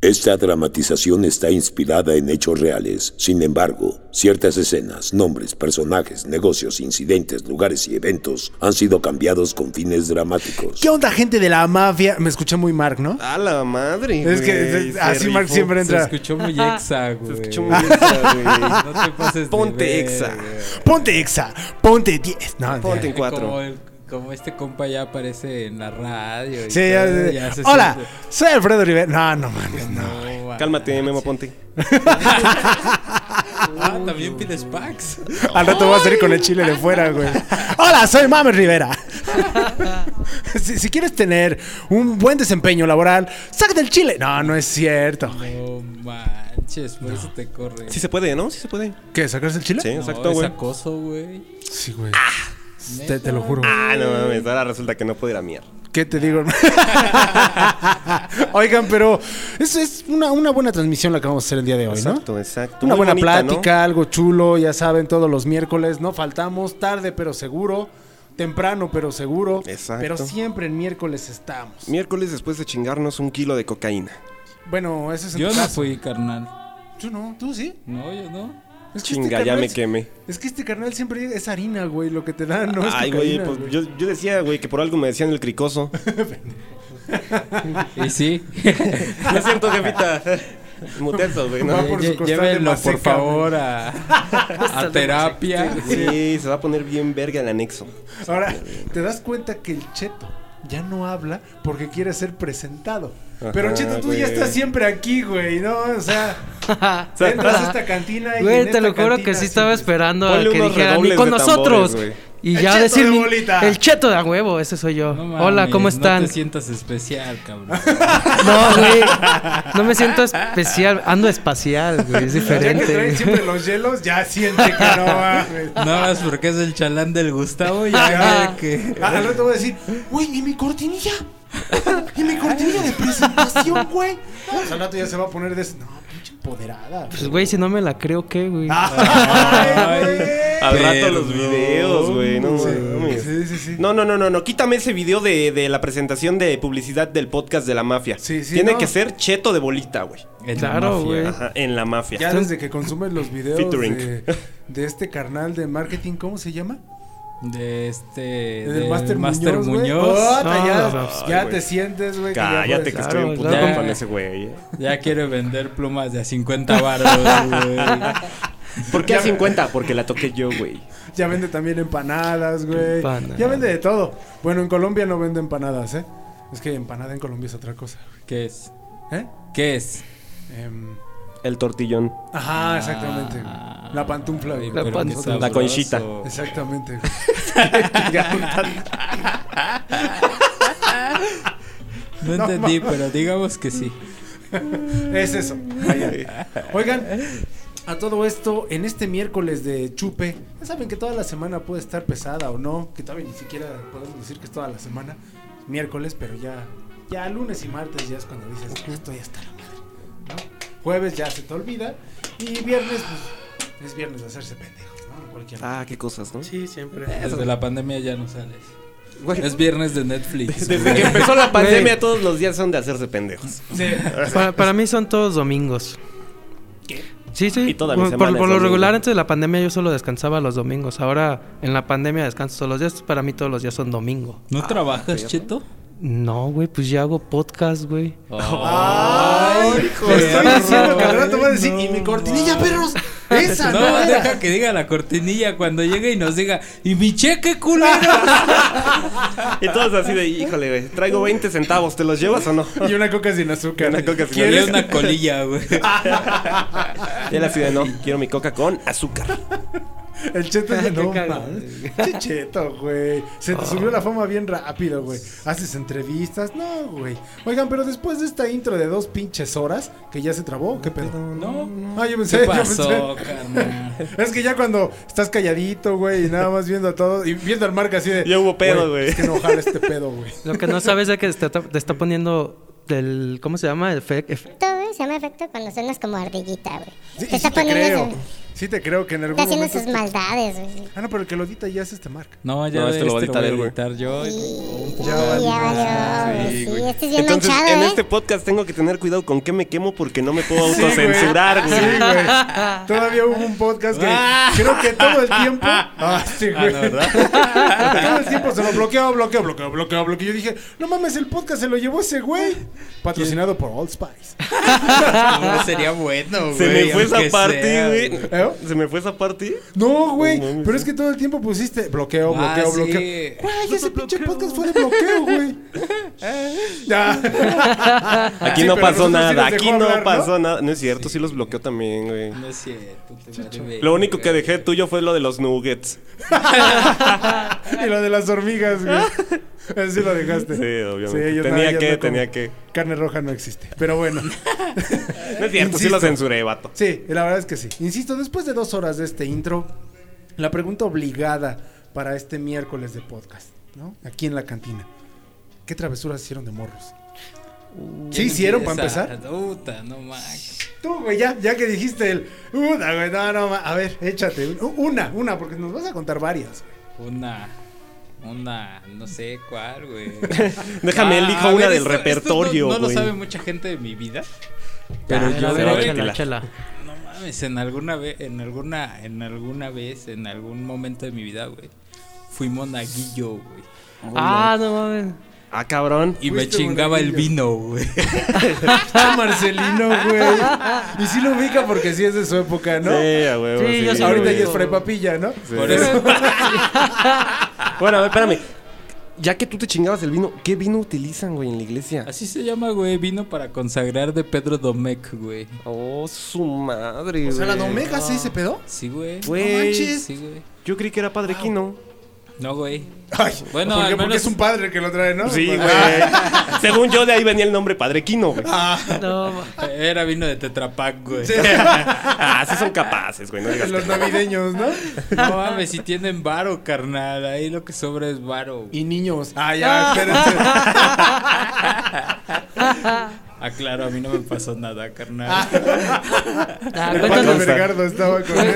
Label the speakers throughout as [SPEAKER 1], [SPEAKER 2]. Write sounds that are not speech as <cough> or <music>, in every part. [SPEAKER 1] Esta dramatización está inspirada en hechos reales. Sin embargo, ciertas escenas, nombres, personajes, negocios, incidentes, lugares y eventos han sido cambiados con fines dramáticos.
[SPEAKER 2] ¿Qué onda, gente de la mafia? Me escuché muy Mark, ¿no?
[SPEAKER 3] A la madre.
[SPEAKER 2] Es que
[SPEAKER 3] güey,
[SPEAKER 2] es-
[SPEAKER 3] se
[SPEAKER 2] así
[SPEAKER 3] <laughs>
[SPEAKER 2] Mark
[SPEAKER 3] rifó.
[SPEAKER 2] siempre
[SPEAKER 4] Se
[SPEAKER 2] entra.
[SPEAKER 4] escuchó muy exa, güey.
[SPEAKER 3] Se escuchó muy exa, güey. <laughs>
[SPEAKER 4] No te pases de
[SPEAKER 3] Ponte
[SPEAKER 4] ver,
[SPEAKER 3] exa.
[SPEAKER 4] güey.
[SPEAKER 2] Ponte exa, ponte 10. No,
[SPEAKER 3] Ponte
[SPEAKER 2] ya.
[SPEAKER 3] en cuatro.
[SPEAKER 4] Como, el- como este compa ya aparece en la radio. y
[SPEAKER 2] Sí,
[SPEAKER 4] todo,
[SPEAKER 2] ya, ya.
[SPEAKER 4] ya se
[SPEAKER 2] Hola,
[SPEAKER 4] siente-
[SPEAKER 2] soy Alfredo Rivera. No, no mames, no.
[SPEAKER 4] No, va.
[SPEAKER 3] Cálmate, Memo Ponte.
[SPEAKER 4] Ah, también pides packs.
[SPEAKER 2] Al rato va a salir con el chile de fuera, güey. Hola, soy Mames
[SPEAKER 3] <laughs>
[SPEAKER 2] Rivera. si, si quieres tener un buen desempeño laboral, saca del chile. No, no es cierto. güey.
[SPEAKER 4] No manches, por eso te corre.
[SPEAKER 3] Sí se puede, ¿no? Sí se puede.
[SPEAKER 2] ¿Qué? ¿Sacarse el chile?
[SPEAKER 3] Sí,
[SPEAKER 4] No,
[SPEAKER 3] exacto,
[SPEAKER 4] es
[SPEAKER 3] güey.
[SPEAKER 4] acoso, güey.
[SPEAKER 2] Sí, güey. Te, te lo juro.
[SPEAKER 3] Ah, no mames. Ahora resulta que no puedo ir a mierda.
[SPEAKER 2] ¿Qué te digo? <laughs> hermano? Oigan, pero es, es una, una buena transmisión la que vamos a hacer el día de hoy, ¿no?
[SPEAKER 3] Exacto, exacto.
[SPEAKER 2] Una
[SPEAKER 3] Muy
[SPEAKER 2] buena
[SPEAKER 3] bonita, ¿no?
[SPEAKER 2] plática, algo chulo, ya saben, todos los miércoles, no faltamos, tarde pero seguro, temprano pero seguro,
[SPEAKER 3] Exacto.
[SPEAKER 2] pero siempre en miércoles estamos.
[SPEAKER 3] Miércoles después de chingarnos un kilo de cocaína.
[SPEAKER 2] Bueno, ese es en
[SPEAKER 4] Yo
[SPEAKER 2] tu
[SPEAKER 4] no
[SPEAKER 2] caso.
[SPEAKER 4] fui carnal.
[SPEAKER 2] Yo no, tú sí.
[SPEAKER 4] No, yo no.
[SPEAKER 3] <laughs>
[SPEAKER 2] Es que este
[SPEAKER 3] Chinga, ya
[SPEAKER 2] carnal
[SPEAKER 3] me
[SPEAKER 2] es-
[SPEAKER 3] quemé.
[SPEAKER 2] Es que este carnal siempre es harina, güey, lo que te dan, no es
[SPEAKER 3] Ay, güey,
[SPEAKER 2] cocaína,
[SPEAKER 3] pues yo, yo decía, güey, que por algo me decían el <laughs> cricoso.
[SPEAKER 4] Y sí.
[SPEAKER 3] Lo siento, <laughs> jefita. Mutesos, güey,
[SPEAKER 2] Va
[SPEAKER 3] ¿no?
[SPEAKER 2] por
[SPEAKER 4] <laughs> Lle-
[SPEAKER 2] su costal de
[SPEAKER 4] Llévenlo, por
[SPEAKER 2] maseca,
[SPEAKER 4] favor, a, a terapia.
[SPEAKER 3] <laughs> Sí, se va a poner bien verga el anexo.
[SPEAKER 2] Ahora, te das cuenta que el cheto ya no habla porque quiere ser presentado. Pero
[SPEAKER 3] Ajá,
[SPEAKER 2] cheto, tú
[SPEAKER 3] güey.
[SPEAKER 2] ya estás siempre aquí, güey, ¿no, o
[SPEAKER 3] <laughs>
[SPEAKER 2] sea,
[SPEAKER 5] <laughs>
[SPEAKER 2] entras a esta cantina y en
[SPEAKER 5] Güey, te
[SPEAKER 2] esta
[SPEAKER 5] lo juro que
[SPEAKER 2] cantina pues,
[SPEAKER 5] sí estaba
[SPEAKER 2] siempre-
[SPEAKER 5] esperando
[SPEAKER 3] Ponle
[SPEAKER 5] a que
[SPEAKER 3] unos
[SPEAKER 5] dijeran, y
[SPEAKER 3] redobles
[SPEAKER 5] con
[SPEAKER 3] de tambores,
[SPEAKER 5] nosotros.
[SPEAKER 3] güey.
[SPEAKER 5] y
[SPEAKER 2] El
[SPEAKER 5] ya
[SPEAKER 2] cheto
[SPEAKER 5] decir
[SPEAKER 2] de
[SPEAKER 5] mi-
[SPEAKER 2] bolita.
[SPEAKER 5] el cheto de a huevo, ese soy yo.
[SPEAKER 4] No
[SPEAKER 5] Hola,
[SPEAKER 4] mames,
[SPEAKER 5] ¿cómo
[SPEAKER 4] No
[SPEAKER 5] están?
[SPEAKER 4] te sientas especial, cabrón.
[SPEAKER 5] <laughs> No, güey. No me siento especial, ando espacial, güey,
[SPEAKER 2] <laughs>
[SPEAKER 5] es
[SPEAKER 2] Ya que
[SPEAKER 5] <laughs>
[SPEAKER 2] traen
[SPEAKER 5] diferente.
[SPEAKER 2] siempre los hielos, ya siente que no mames.
[SPEAKER 3] <laughs>
[SPEAKER 4] No más porque es el chalán del Gustavo. Ya ve que.
[SPEAKER 2] Ah, Al rato voy a decir, güey, ¿y mi cortinilla? ¿Y mi cortinilla de presentación, güey? No, pues al rato ya se va a poner de... ese- No, pinche empoderada.
[SPEAKER 5] Pues, güey, si no me la creo, ¿qué, güey?
[SPEAKER 2] Ah. Ay, güey.
[SPEAKER 3] Al rato los
[SPEAKER 4] Perdón.
[SPEAKER 3] videos, güey. No,
[SPEAKER 2] Sí,
[SPEAKER 3] mames.
[SPEAKER 2] sí, sí, sí.
[SPEAKER 3] No, no, no, no, no. Quítame ese video de, de la presentación de publicidad del podcast de la mafia.
[SPEAKER 2] Sí, sí,
[SPEAKER 3] Tiene
[SPEAKER 2] no.
[SPEAKER 3] que ser cheto de bolita, güey.
[SPEAKER 4] En la
[SPEAKER 5] Claro,
[SPEAKER 4] mafia.
[SPEAKER 5] güey.
[SPEAKER 3] Ajá, en la mafia.
[SPEAKER 2] Ya desde que consumes los videos
[SPEAKER 3] Featuring.
[SPEAKER 2] de, de este carnal de marketing, ¿cómo se llama?
[SPEAKER 4] De este.
[SPEAKER 2] Del
[SPEAKER 4] del
[SPEAKER 2] Master, Muñoz. güey.
[SPEAKER 4] Muñoz.
[SPEAKER 2] Puta, ya
[SPEAKER 5] No,
[SPEAKER 2] ya
[SPEAKER 3] güey.
[SPEAKER 2] te sientes, güey. que ya
[SPEAKER 3] Cállate
[SPEAKER 2] puedes-
[SPEAKER 3] que
[SPEAKER 5] claro,
[SPEAKER 3] estoy emputado
[SPEAKER 4] claro.
[SPEAKER 3] con ese güey. eh.
[SPEAKER 4] Ya quiere vender plumas de a 50 baros, güey.
[SPEAKER 3] ¿Por qué a 50? Porque la toqué yo, güey.
[SPEAKER 2] Ya vende también empanadas, güey.
[SPEAKER 5] Empanadas.
[SPEAKER 2] Ya vende de todo. Bueno, en Colombia no vende empanadas, ¿eh? Es que empanada en Colombia es otra cosa,
[SPEAKER 4] ¿Qué es?
[SPEAKER 2] güey. ¿Eh?
[SPEAKER 4] ¿Qué es?
[SPEAKER 2] Em,
[SPEAKER 3] El tortillón.
[SPEAKER 2] ajá, exactamente. güey. La pantufla, güey.
[SPEAKER 4] Ay, pero qué
[SPEAKER 5] pantufla.
[SPEAKER 3] La conchita.
[SPEAKER 4] sabroso.
[SPEAKER 2] Exactamente. güey. <laughs>
[SPEAKER 4] No
[SPEAKER 2] No,
[SPEAKER 4] entendí,
[SPEAKER 2] ma-
[SPEAKER 4] pero digamos que sí.
[SPEAKER 2] Es eso. Vaya. Oigan, a todo esto, en este miércoles de chupe, ya saben que toda la semana puede estar pesada o no, que todavía ni siquiera podemos decir que es toda la semana, miércoles, pero ya, ya lunes y martes ya es cuando dices, "Ah, estoy hasta la madre. ¿no? Jueves ya se te olvida y viernes, pues, es viernes de hacerse pendejos, ¿no? Cualquier...
[SPEAKER 3] Ah, qué cosas, ¿no?
[SPEAKER 5] Sí, siempre.
[SPEAKER 4] Desde la pandemia ya no sales.
[SPEAKER 3] Güey.
[SPEAKER 4] Es viernes de Netflix.
[SPEAKER 3] Desde que
[SPEAKER 4] güey.
[SPEAKER 3] empezó la pandemia, todos los días son de hacerse pendejos.
[SPEAKER 5] Para, para mí son todos domingos. Sí, sí.
[SPEAKER 3] Y toda mi
[SPEAKER 5] por,
[SPEAKER 3] semana
[SPEAKER 5] por
[SPEAKER 3] es
[SPEAKER 5] lo
[SPEAKER 3] domingo.
[SPEAKER 5] regular antes de la pandemia yo solo descansaba los domingos. Ahora en la pandemia descanso todos los días. Para mí todos los días son domingo.
[SPEAKER 4] ¿No trabajas, Cheto?
[SPEAKER 5] No, güey, pues ya hago podcast, güey.
[SPEAKER 2] Ay,
[SPEAKER 4] Te
[SPEAKER 2] estoy diciendo que al
[SPEAKER 4] perro.
[SPEAKER 2] rato voy a decir, y mi cortinilla, perros, esa
[SPEAKER 4] No,
[SPEAKER 2] no, era".
[SPEAKER 4] deja que diga la cortinilla cuando llegue y nos diga, ¡y mi cheque, culero!
[SPEAKER 3] <laughs> Y todos así de, híjole, güey, traigo 20 centavos, ¿te los llevas o no?
[SPEAKER 2] Y una coca sin azúcar.
[SPEAKER 3] Una coca sin
[SPEAKER 4] Me dio
[SPEAKER 2] ¿Quieres?
[SPEAKER 4] una
[SPEAKER 3] <laughs>
[SPEAKER 4] colilla, güey.
[SPEAKER 3] Ah, Y él así de, no, quiero mi coca con azúcar.
[SPEAKER 2] El cheto es
[SPEAKER 4] <laughs>
[SPEAKER 5] Qué
[SPEAKER 2] no
[SPEAKER 5] cagado.
[SPEAKER 2] mames. Che cheto, güey. Se
[SPEAKER 4] Ah.
[SPEAKER 2] te subió la fama bien rápido, güey. Haces entrevistas. No, güey. Oigan, pero después de esta intro de dos pinches horas, que ya se trabó, ¿qué pedo?
[SPEAKER 4] No,
[SPEAKER 2] Ah, yo pensé,
[SPEAKER 4] ¿Qué
[SPEAKER 2] yo <laughs>
[SPEAKER 4] pasó,
[SPEAKER 2] pensé.
[SPEAKER 4] carnal?
[SPEAKER 2] Es que ya cuando estás calladito, güey, y nada más viendo a todo, y viendo al marca así de.
[SPEAKER 3] Ya hubo pedo, güey.
[SPEAKER 2] Es que no jala
[SPEAKER 6] <laughs>
[SPEAKER 2] este pedo, güey.
[SPEAKER 5] Lo que no sabes es que te está, te está poniendo del... ¿Cómo se llama? El efecto.
[SPEAKER 6] Todo se llama efecto cuando suenas como ardillita, güey.
[SPEAKER 2] Sí,
[SPEAKER 6] te
[SPEAKER 2] y sí
[SPEAKER 6] está
[SPEAKER 2] te
[SPEAKER 6] poniendo
[SPEAKER 2] creo.
[SPEAKER 6] eso.
[SPEAKER 2] Sí te creo que en algún
[SPEAKER 6] Está haciendo
[SPEAKER 2] momento...
[SPEAKER 6] sus maldades, güey.
[SPEAKER 2] Ah, no, pero el que lo edita ya es este Mark.
[SPEAKER 4] No, ya
[SPEAKER 3] No,
[SPEAKER 4] este lo voy a
[SPEAKER 3] él, güey.
[SPEAKER 4] editar yo.
[SPEAKER 6] Y
[SPEAKER 2] Ya valió.
[SPEAKER 6] ya valió, güey.
[SPEAKER 3] Sí,
[SPEAKER 6] Sí,
[SPEAKER 3] güey.
[SPEAKER 6] este es bien
[SPEAKER 3] Entonces,
[SPEAKER 6] manchado,
[SPEAKER 3] en
[SPEAKER 6] ¿eh?
[SPEAKER 3] este podcast tengo que tener cuidado con qué me quemo porque no me puedo
[SPEAKER 2] Sí, güey.
[SPEAKER 3] autocensurar,
[SPEAKER 2] Sí,
[SPEAKER 3] güey.
[SPEAKER 2] güey. <laughs> Todavía hubo un podcast que
[SPEAKER 4] Ah.
[SPEAKER 2] creo que todo el tiempo. <laughs> Ah, sí, güey. todo el tiempo se lo bloqueó, bloqueó, bloqueó, bloqueó, bloqueó. Yo dije, no mames, el podcast se lo llevó ese güey. Patrocinado por Old Spice.
[SPEAKER 4] No, sería bueno, güey.
[SPEAKER 3] Se me fue
[SPEAKER 4] aunque
[SPEAKER 3] esa
[SPEAKER 4] sea,
[SPEAKER 3] parte, güey.
[SPEAKER 2] ¿Eh?
[SPEAKER 3] Se me fue esa parte.
[SPEAKER 2] No, güey.
[SPEAKER 3] No mames,
[SPEAKER 2] pero es que todo el tiempo pusiste bloqueo,
[SPEAKER 4] Ah,
[SPEAKER 2] bloqueo,
[SPEAKER 4] sí.
[SPEAKER 2] bloqueo. Güey, ese pinche podcast fue de bloqueo, güey. <laughs> Ya.
[SPEAKER 3] Aquí
[SPEAKER 2] Sí,
[SPEAKER 3] no
[SPEAKER 2] pero
[SPEAKER 3] pasó
[SPEAKER 2] nosotros sí
[SPEAKER 3] nada,
[SPEAKER 2] les dejó
[SPEAKER 3] aquí no
[SPEAKER 2] hablar, ¿no?
[SPEAKER 3] pasó nada. No es cierto, sí los bloqueó también, güey.
[SPEAKER 4] No es cierto, te vale verga,
[SPEAKER 3] Lo único que
[SPEAKER 4] güey.
[SPEAKER 3] dejé tuyo fue lo de los nuggets.
[SPEAKER 2] y lo de las hormigas, güey. Así lo dejaste.
[SPEAKER 3] Sí, obviamente.
[SPEAKER 2] Sí, yo
[SPEAKER 3] tenía
[SPEAKER 2] no, yo
[SPEAKER 3] que,
[SPEAKER 2] no como-
[SPEAKER 3] tenía que.
[SPEAKER 2] Carne roja no existe. Pero <laughs> bueno.
[SPEAKER 3] No es cierto, sí
[SPEAKER 2] Insisto.
[SPEAKER 3] lo censuré, vato.
[SPEAKER 2] Sí, la verdad es que sí. Insisto, después de dos horas de este intro, la pregunta obligada para este miércoles de podcast, ¿no? Aquí en la cantina. ¿Qué travesuras hicieron de morros? ¿Sí hicieron para
[SPEAKER 4] Uh, Empieza.
[SPEAKER 2] empezar?
[SPEAKER 4] Puta, no mames.
[SPEAKER 2] Tú, güey, ya, ya que dijiste el. Una, güey, no, no, ma- a ver, échate. un- Una, una, porque nos vas a contar varias. güey.
[SPEAKER 4] Una. Una, no sé cuál, güey.
[SPEAKER 3] <laughs> Déjame, elijo
[SPEAKER 4] a
[SPEAKER 3] una
[SPEAKER 4] ver,
[SPEAKER 3] del
[SPEAKER 4] esto- esto
[SPEAKER 3] repertorio,
[SPEAKER 4] no, no lo
[SPEAKER 3] güey.
[SPEAKER 4] sabe mucha gente de mi vida.
[SPEAKER 5] Pero
[SPEAKER 4] yo- se
[SPEAKER 5] yo
[SPEAKER 4] va a
[SPEAKER 5] chela,
[SPEAKER 3] ventilar.
[SPEAKER 5] chela.
[SPEAKER 4] No mames, en alguna vez, en alguna, en alguna vez, en algún momento de mi vida, güey. Fui monaguillo, güey.
[SPEAKER 5] Ah, no mames.
[SPEAKER 3] Ah, cabrón.
[SPEAKER 4] Y me
[SPEAKER 2] Fuiste
[SPEAKER 4] chingaba el
[SPEAKER 2] monaguillo.
[SPEAKER 4] vino, güey.
[SPEAKER 2] Marcelino, güey. Y sí lo ubica porque sí es de su época, ¿no?
[SPEAKER 3] Sí, a huevo,
[SPEAKER 5] Sí, yo sí lo
[SPEAKER 2] Ahorita ya es
[SPEAKER 5] ubico.
[SPEAKER 2] Fray Papilla, ¿no?
[SPEAKER 3] Sí.
[SPEAKER 4] Por eso.
[SPEAKER 3] Bueno, a ver, espérame. Ya que tú te chingabas el vino, ¿qué vino utilizan, güey, en la iglesia?
[SPEAKER 4] Así se llama, güey. Vino para consagrar de Pedro Domecq, güey.
[SPEAKER 3] Oh, su madre,
[SPEAKER 2] O
[SPEAKER 3] güey.
[SPEAKER 2] sea, la Domega sí se pedó.
[SPEAKER 4] Sí, güey.
[SPEAKER 3] Güey.
[SPEAKER 4] No manches. Sí, güey.
[SPEAKER 3] Yo creí que era Padre Quino.
[SPEAKER 4] No, güey.
[SPEAKER 2] Ay,
[SPEAKER 4] Bueno,
[SPEAKER 2] porque,
[SPEAKER 4] al
[SPEAKER 2] porque
[SPEAKER 4] menos-
[SPEAKER 2] es un padre que lo trae, ¿no?
[SPEAKER 3] Sí,
[SPEAKER 2] Pues,
[SPEAKER 3] güey. <laughs> Según yo, de ahí venía el nombre Padre Quino, güey.
[SPEAKER 5] No, ah, ma-
[SPEAKER 4] Era vino de Tetrapac, güey.
[SPEAKER 3] <laughs> ah, sí son capaces, güey. No digas
[SPEAKER 2] Los
[SPEAKER 3] que...
[SPEAKER 2] navideños, ¿no?
[SPEAKER 4] No mames, si tienen varo, carnal. Ahí lo que sobra es varo.
[SPEAKER 2] Y niños. Ah, ya, <laughs> espérense.
[SPEAKER 4] Aclaro, a mí no me pasó nada, carnal.
[SPEAKER 5] Ah,
[SPEAKER 2] El
[SPEAKER 5] cuéntanos.
[SPEAKER 2] pato
[SPEAKER 3] cuéntanos.
[SPEAKER 2] Vergardo estaba con <laughs> él.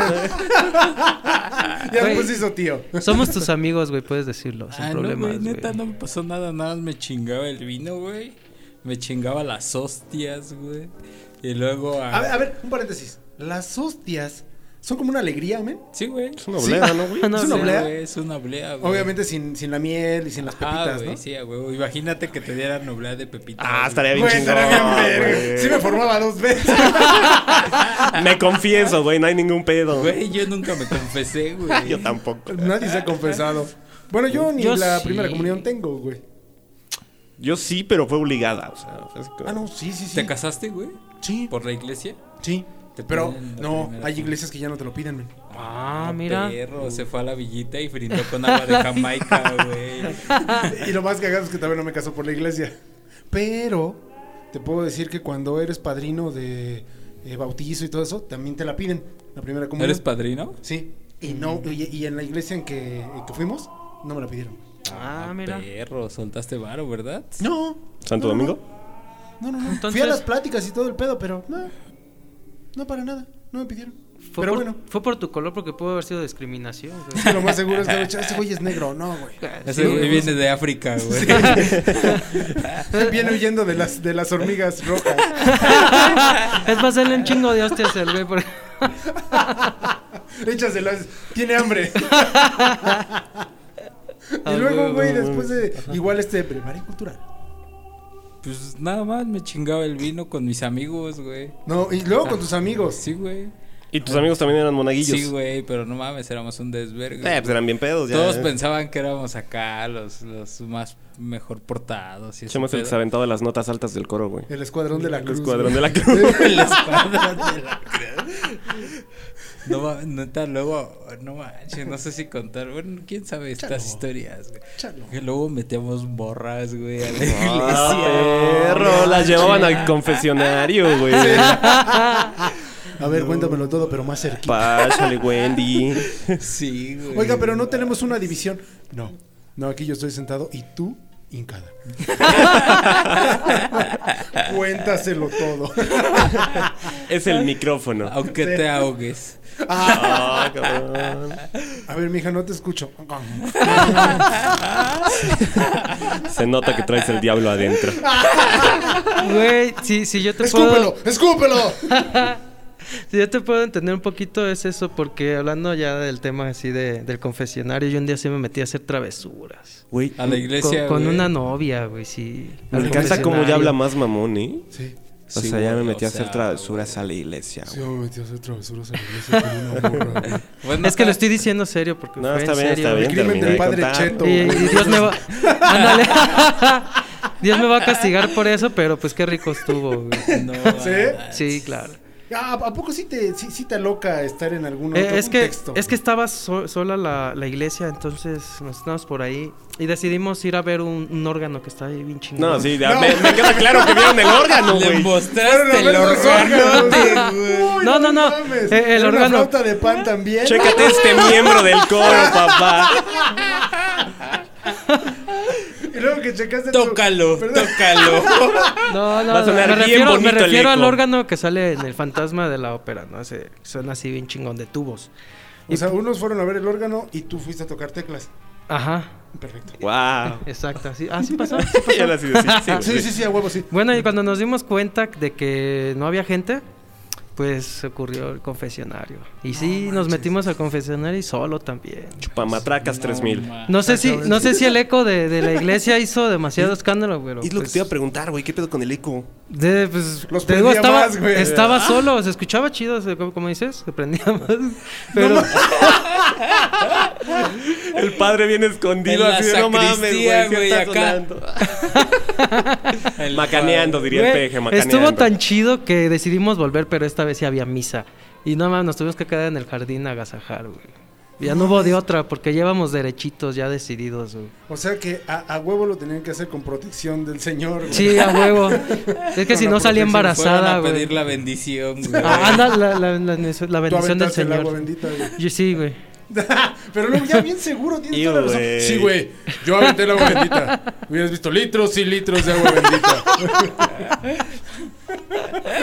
[SPEAKER 2] ya después hizo tío.
[SPEAKER 5] Somos tus amigos, güey, puedes decirlo, sin
[SPEAKER 4] Ah, no,
[SPEAKER 5] problemas.
[SPEAKER 4] güey,
[SPEAKER 5] güey.
[SPEAKER 4] neta, no me pasó nada. Nada más me chingaba el vino, güey. Me chingaba las hostias, güey. Y luego a...
[SPEAKER 2] A ver, a ver, un paréntesis. Las hostias son como una alegría, men.
[SPEAKER 4] Sí, güey.
[SPEAKER 3] Es una oblea, ¿no,
[SPEAKER 2] <laughs>
[SPEAKER 3] güey?
[SPEAKER 5] No,
[SPEAKER 2] ¿Es una
[SPEAKER 5] sí,
[SPEAKER 2] oblea?
[SPEAKER 4] güey, Es una oblea, güey.
[SPEAKER 2] Obviamente sin, sin la miel y sin las
[SPEAKER 4] Ah,
[SPEAKER 2] pepitas,
[SPEAKER 4] güey,
[SPEAKER 2] ¿no?
[SPEAKER 4] sí, a huevo. Imagínate que te dieran oblea de pepitas.
[SPEAKER 3] Ah,
[SPEAKER 4] güey.
[SPEAKER 3] estaría bien
[SPEAKER 2] Güey,
[SPEAKER 3] chingón.
[SPEAKER 2] estaría <laughs> bien verga.
[SPEAKER 3] güey.
[SPEAKER 2] Sí me formaba dos veces.
[SPEAKER 3] Me confieso, güey, no hay ningún pedo.
[SPEAKER 4] Güey, yo nunca me confesé, güey.
[SPEAKER 3] <laughs> Yo
[SPEAKER 2] <laughs>
[SPEAKER 3] tampoco.
[SPEAKER 2] Nadie se ha confesado. Bueno, yo ni
[SPEAKER 5] Yo
[SPEAKER 2] la
[SPEAKER 5] sí.
[SPEAKER 2] primera comunión tengo, güey.
[SPEAKER 3] Yo sí, pero fue obligada. O sea, fue así como-
[SPEAKER 2] Ah, no, sí, sí, sí.
[SPEAKER 4] ¿Te casaste, güey?
[SPEAKER 2] Sí,
[SPEAKER 4] ¿Por la iglesia?
[SPEAKER 2] sí.
[SPEAKER 4] Te
[SPEAKER 2] Pero
[SPEAKER 4] piden la
[SPEAKER 2] no,
[SPEAKER 4] primera
[SPEAKER 2] hay
[SPEAKER 4] comunión.
[SPEAKER 2] iglesias que ya no te lo piden, men.
[SPEAKER 5] Ah,
[SPEAKER 4] Ah,
[SPEAKER 5] mira.
[SPEAKER 4] Perro, se fue a la villita y brindó con agua
[SPEAKER 5] <laughs>
[SPEAKER 4] de Jamaica, güey.
[SPEAKER 2] Y lo más cagado es que también no me casó por la iglesia. Pero te puedo decir que cuando eres padrino de eh, bautizo y todo eso, también te la piden. La primera comunión.
[SPEAKER 4] ¿Eres padrino?
[SPEAKER 2] Sí. Y no, y, y en la iglesia en que, en que fuimos, no me la pidieron.
[SPEAKER 5] Ah, mira.
[SPEAKER 4] Perro, soltaste varo, ¿verdad?
[SPEAKER 2] No.
[SPEAKER 3] ¿Santo Domingo?
[SPEAKER 2] No, no, no. Fui a
[SPEAKER 5] Entonces-
[SPEAKER 2] las pláticas y todo el pedo, pero no. No para nada. No me pidieron.
[SPEAKER 5] Fue
[SPEAKER 2] Pero
[SPEAKER 5] por,
[SPEAKER 2] bueno.
[SPEAKER 5] fue por tu color porque pudo haber sido discriminación, güey.
[SPEAKER 2] Lo más seguro es que ese güey es negro, no,
[SPEAKER 5] <laughs>
[SPEAKER 2] güey.
[SPEAKER 4] <laughs> Ese güey
[SPEAKER 5] güey.
[SPEAKER 4] viene de África, güey.
[SPEAKER 2] Viene huyendo de las, de las hormigas rojas.
[SPEAKER 5] es más, él un chingo de hostias el güey. Porque...
[SPEAKER 2] <laughs> Échaselas, tiene
[SPEAKER 3] <laughs>
[SPEAKER 2] hambre. y
[SPEAKER 5] Ah,
[SPEAKER 2] luego,
[SPEAKER 5] huevo,
[SPEAKER 2] güey, después de. Igual este primaria cultural.
[SPEAKER 4] Pues nada más me chingaba el vino con mis amigos, güey.
[SPEAKER 2] No, y luego con tus
[SPEAKER 3] Ah,
[SPEAKER 2] amigos.
[SPEAKER 4] Sí, güey.
[SPEAKER 3] ¿Y tus amigos también eran monaguillos?
[SPEAKER 4] Sí, güey, pero no mames, éramos un desvergue.
[SPEAKER 3] Eh, pues eran bien pedos. Ya,
[SPEAKER 4] Todos
[SPEAKER 3] eh.
[SPEAKER 4] pensaban que éramos acá los, los más mejor portados. Y ese
[SPEAKER 3] Chema es el
[SPEAKER 4] pedo.
[SPEAKER 3] que se aventaba las notas altas del coro, güey.
[SPEAKER 2] El escuadrón de la
[SPEAKER 3] El
[SPEAKER 2] cruz.
[SPEAKER 3] escuadrón de
[SPEAKER 2] güey.
[SPEAKER 3] la
[SPEAKER 2] <laughs>
[SPEAKER 3] cruz.
[SPEAKER 4] <laughs>
[SPEAKER 3] <laughs>
[SPEAKER 4] El escuadrón de la cruz. No mames, neta, luego, no manches, no sé si contar. Bueno, quién sabe estas historias, güey.
[SPEAKER 2] Chalo.
[SPEAKER 4] Que luego metíamos borras, güey, a la
[SPEAKER 3] Ah,
[SPEAKER 4] iglesia.
[SPEAKER 3] perro, las llevaban al confesionario, güey.
[SPEAKER 2] A ver, cuéntamelo todo, pero más cerquita.
[SPEAKER 3] Pásale, Wendy.
[SPEAKER 4] Sí, güey.
[SPEAKER 2] Oiga, pero no tenemos una división. No. No, aquí yo estoy sentado y tú
[SPEAKER 3] <laughs>
[SPEAKER 2] hincada. Cuéntaselo todo.
[SPEAKER 3] Es el micrófono.
[SPEAKER 4] Aunque te ahogues.
[SPEAKER 3] Ah, cabrón.
[SPEAKER 2] A ver, mija, no te escucho.
[SPEAKER 3] Se nota que traes el diablo adentro.
[SPEAKER 5] Güey, si, si yo te
[SPEAKER 2] ¡Escúpelo!
[SPEAKER 5] puedo.
[SPEAKER 2] ¡Escúpelo!
[SPEAKER 5] Si yo te puedo entender un poquito, es eso, porque hablando ya del tema así de, del confesionario, yo un día sí me metí a hacer travesuras.
[SPEAKER 3] Güey,
[SPEAKER 4] A la
[SPEAKER 5] Con,
[SPEAKER 4] iglesia.
[SPEAKER 5] con
[SPEAKER 4] güey.
[SPEAKER 5] una novia, güey, sí.
[SPEAKER 3] me
[SPEAKER 5] Al
[SPEAKER 3] encanta cómo ya
[SPEAKER 5] confesionario.
[SPEAKER 3] habla más mamón, ¿eh?
[SPEAKER 2] Sí.
[SPEAKER 3] O
[SPEAKER 4] Sí,
[SPEAKER 3] sea, ya me
[SPEAKER 4] güey,
[SPEAKER 3] metí a
[SPEAKER 4] o
[SPEAKER 3] hacer
[SPEAKER 4] sea,
[SPEAKER 3] travesuras a la iglesia.
[SPEAKER 2] Sí,
[SPEAKER 3] güey.
[SPEAKER 2] yo me metí a hacer travesuras en la iglesia con
[SPEAKER 3] <laughs>
[SPEAKER 2] una morra. güey.
[SPEAKER 4] Bueno,
[SPEAKER 5] Es que
[SPEAKER 4] está-
[SPEAKER 5] lo estoy diciendo serio, porque
[SPEAKER 3] No,
[SPEAKER 5] fue
[SPEAKER 3] está
[SPEAKER 5] en
[SPEAKER 3] bien,
[SPEAKER 5] serio.
[SPEAKER 3] está
[SPEAKER 5] güey.
[SPEAKER 3] bien.
[SPEAKER 2] El crimen
[SPEAKER 3] terminé
[SPEAKER 2] del
[SPEAKER 3] de
[SPEAKER 2] padre
[SPEAKER 3] contar.
[SPEAKER 2] Cheto.
[SPEAKER 5] Y,
[SPEAKER 2] güey.
[SPEAKER 5] y Eh,
[SPEAKER 4] <laughs>
[SPEAKER 5] Dios me va. Ándale. <laughs> Dios me va a castigar por eso, pero pues qué rico estuvo, güey.
[SPEAKER 4] No,
[SPEAKER 2] ¿Sí?
[SPEAKER 5] Sí, claro.
[SPEAKER 2] Ah, ¿A poco sí te, sí, sí te aloca estar en algún
[SPEAKER 5] Eh,
[SPEAKER 2] otro
[SPEAKER 5] es, que,
[SPEAKER 2] contexto?
[SPEAKER 5] es que estaba so- sola la, la iglesia, entonces nos estábamos por ahí y decidimos ir a ver un, un órgano que está ahí bien chingón.
[SPEAKER 3] No, sí, ya Me, me queda claro que vieron el órgano,
[SPEAKER 4] Le
[SPEAKER 3] güey.
[SPEAKER 4] mostraste el
[SPEAKER 2] Pero los
[SPEAKER 5] <laughs>
[SPEAKER 4] organote,
[SPEAKER 2] órganos.
[SPEAKER 4] güey.
[SPEAKER 2] Uy,
[SPEAKER 5] No, no, no.
[SPEAKER 2] mames.
[SPEAKER 5] Eh, el
[SPEAKER 2] ¿Era
[SPEAKER 5] órgano.
[SPEAKER 2] Una flauta de pan también.
[SPEAKER 3] Chécate este miembro del coro, papá.
[SPEAKER 2] Y luego que checaste. tu-
[SPEAKER 4] Tócalo,
[SPEAKER 2] Perdón.
[SPEAKER 4] tócalo.
[SPEAKER 2] <laughs>
[SPEAKER 5] No, no,
[SPEAKER 3] Va a sonar
[SPEAKER 5] me
[SPEAKER 3] bien
[SPEAKER 5] refiero, me
[SPEAKER 3] bonito el
[SPEAKER 5] refiero al
[SPEAKER 3] eco.
[SPEAKER 5] órgano que sale en el fantasma de la ópera, ¿no? Se, suena así bien chingón de tubos.
[SPEAKER 2] O sea, unos fueron a ver el órgano y tú fuiste a tocar teclas.
[SPEAKER 5] Ajá,
[SPEAKER 2] Perfecto.
[SPEAKER 3] Wow.
[SPEAKER 5] exacto. Así, así pasó.
[SPEAKER 3] Y ahora sí, sí, sí, güey.
[SPEAKER 2] Ah, Sí, sí, sí, a huevo, sí.
[SPEAKER 5] <laughs> Bueno, y cuando nos dimos cuenta de que no había gente, pues ocurrió el confesionario. Y sí, nos metimos al confesionario y solo también.
[SPEAKER 3] Chupamatracas 3000.
[SPEAKER 5] No sé si, no sé si el eco de, de la iglesia hizo demasiado escándalo, güey.
[SPEAKER 3] Y es lo que te iba a preguntar, güey, ¿qué pedo con el eco?
[SPEAKER 5] De, pues,
[SPEAKER 2] Los
[SPEAKER 5] te digo,
[SPEAKER 2] prendía
[SPEAKER 5] estaba,
[SPEAKER 2] más, güey.
[SPEAKER 5] estaba solo, se escuchaba chido, se- como, como dices, se prendía <laughs> más. Pero
[SPEAKER 3] El padre viene escondido
[SPEAKER 4] En la
[SPEAKER 3] así de no mames, güey,
[SPEAKER 4] sacristía,
[SPEAKER 3] ¿qué
[SPEAKER 4] güey,
[SPEAKER 3] está
[SPEAKER 4] acá".
[SPEAKER 3] sonando?"
[SPEAKER 4] El
[SPEAKER 3] Macaneando, diría
[SPEAKER 5] güey,
[SPEAKER 3] el peje, macaneando.
[SPEAKER 5] estuvo tan chido que decidimos volver, pero esta vez sí había misa. Y no mames, nos tuvimos que quedar en el jardín a agasajar, güey. Ya no hubo de otra, porque llevamos derechitos ya decididos, güey.
[SPEAKER 2] O sea que a, a huevo lo tenían que hacer con protección del señor. güey.
[SPEAKER 5] Sí, a huevo. Es que
[SPEAKER 2] Con
[SPEAKER 5] si
[SPEAKER 2] la
[SPEAKER 5] no salía
[SPEAKER 2] protección
[SPEAKER 4] Fueron
[SPEAKER 5] embarazada,
[SPEAKER 4] a pedir
[SPEAKER 5] güey.
[SPEAKER 4] la bendición, güey.
[SPEAKER 5] Ah, anda, la, la-
[SPEAKER 2] Tú
[SPEAKER 5] la- la bendición del
[SPEAKER 2] aventaste el agua
[SPEAKER 5] Señor.
[SPEAKER 2] bendita, güey.
[SPEAKER 5] Yo sí, güey.
[SPEAKER 2] Pero luego ya bien seguro tienes
[SPEAKER 3] Y,
[SPEAKER 2] toda la razón.
[SPEAKER 3] güey.
[SPEAKER 2] Sí,
[SPEAKER 3] <laughs>
[SPEAKER 2] güey. Yo aventé el agua bendita. Hubieras visto litros y litros de agua bendita.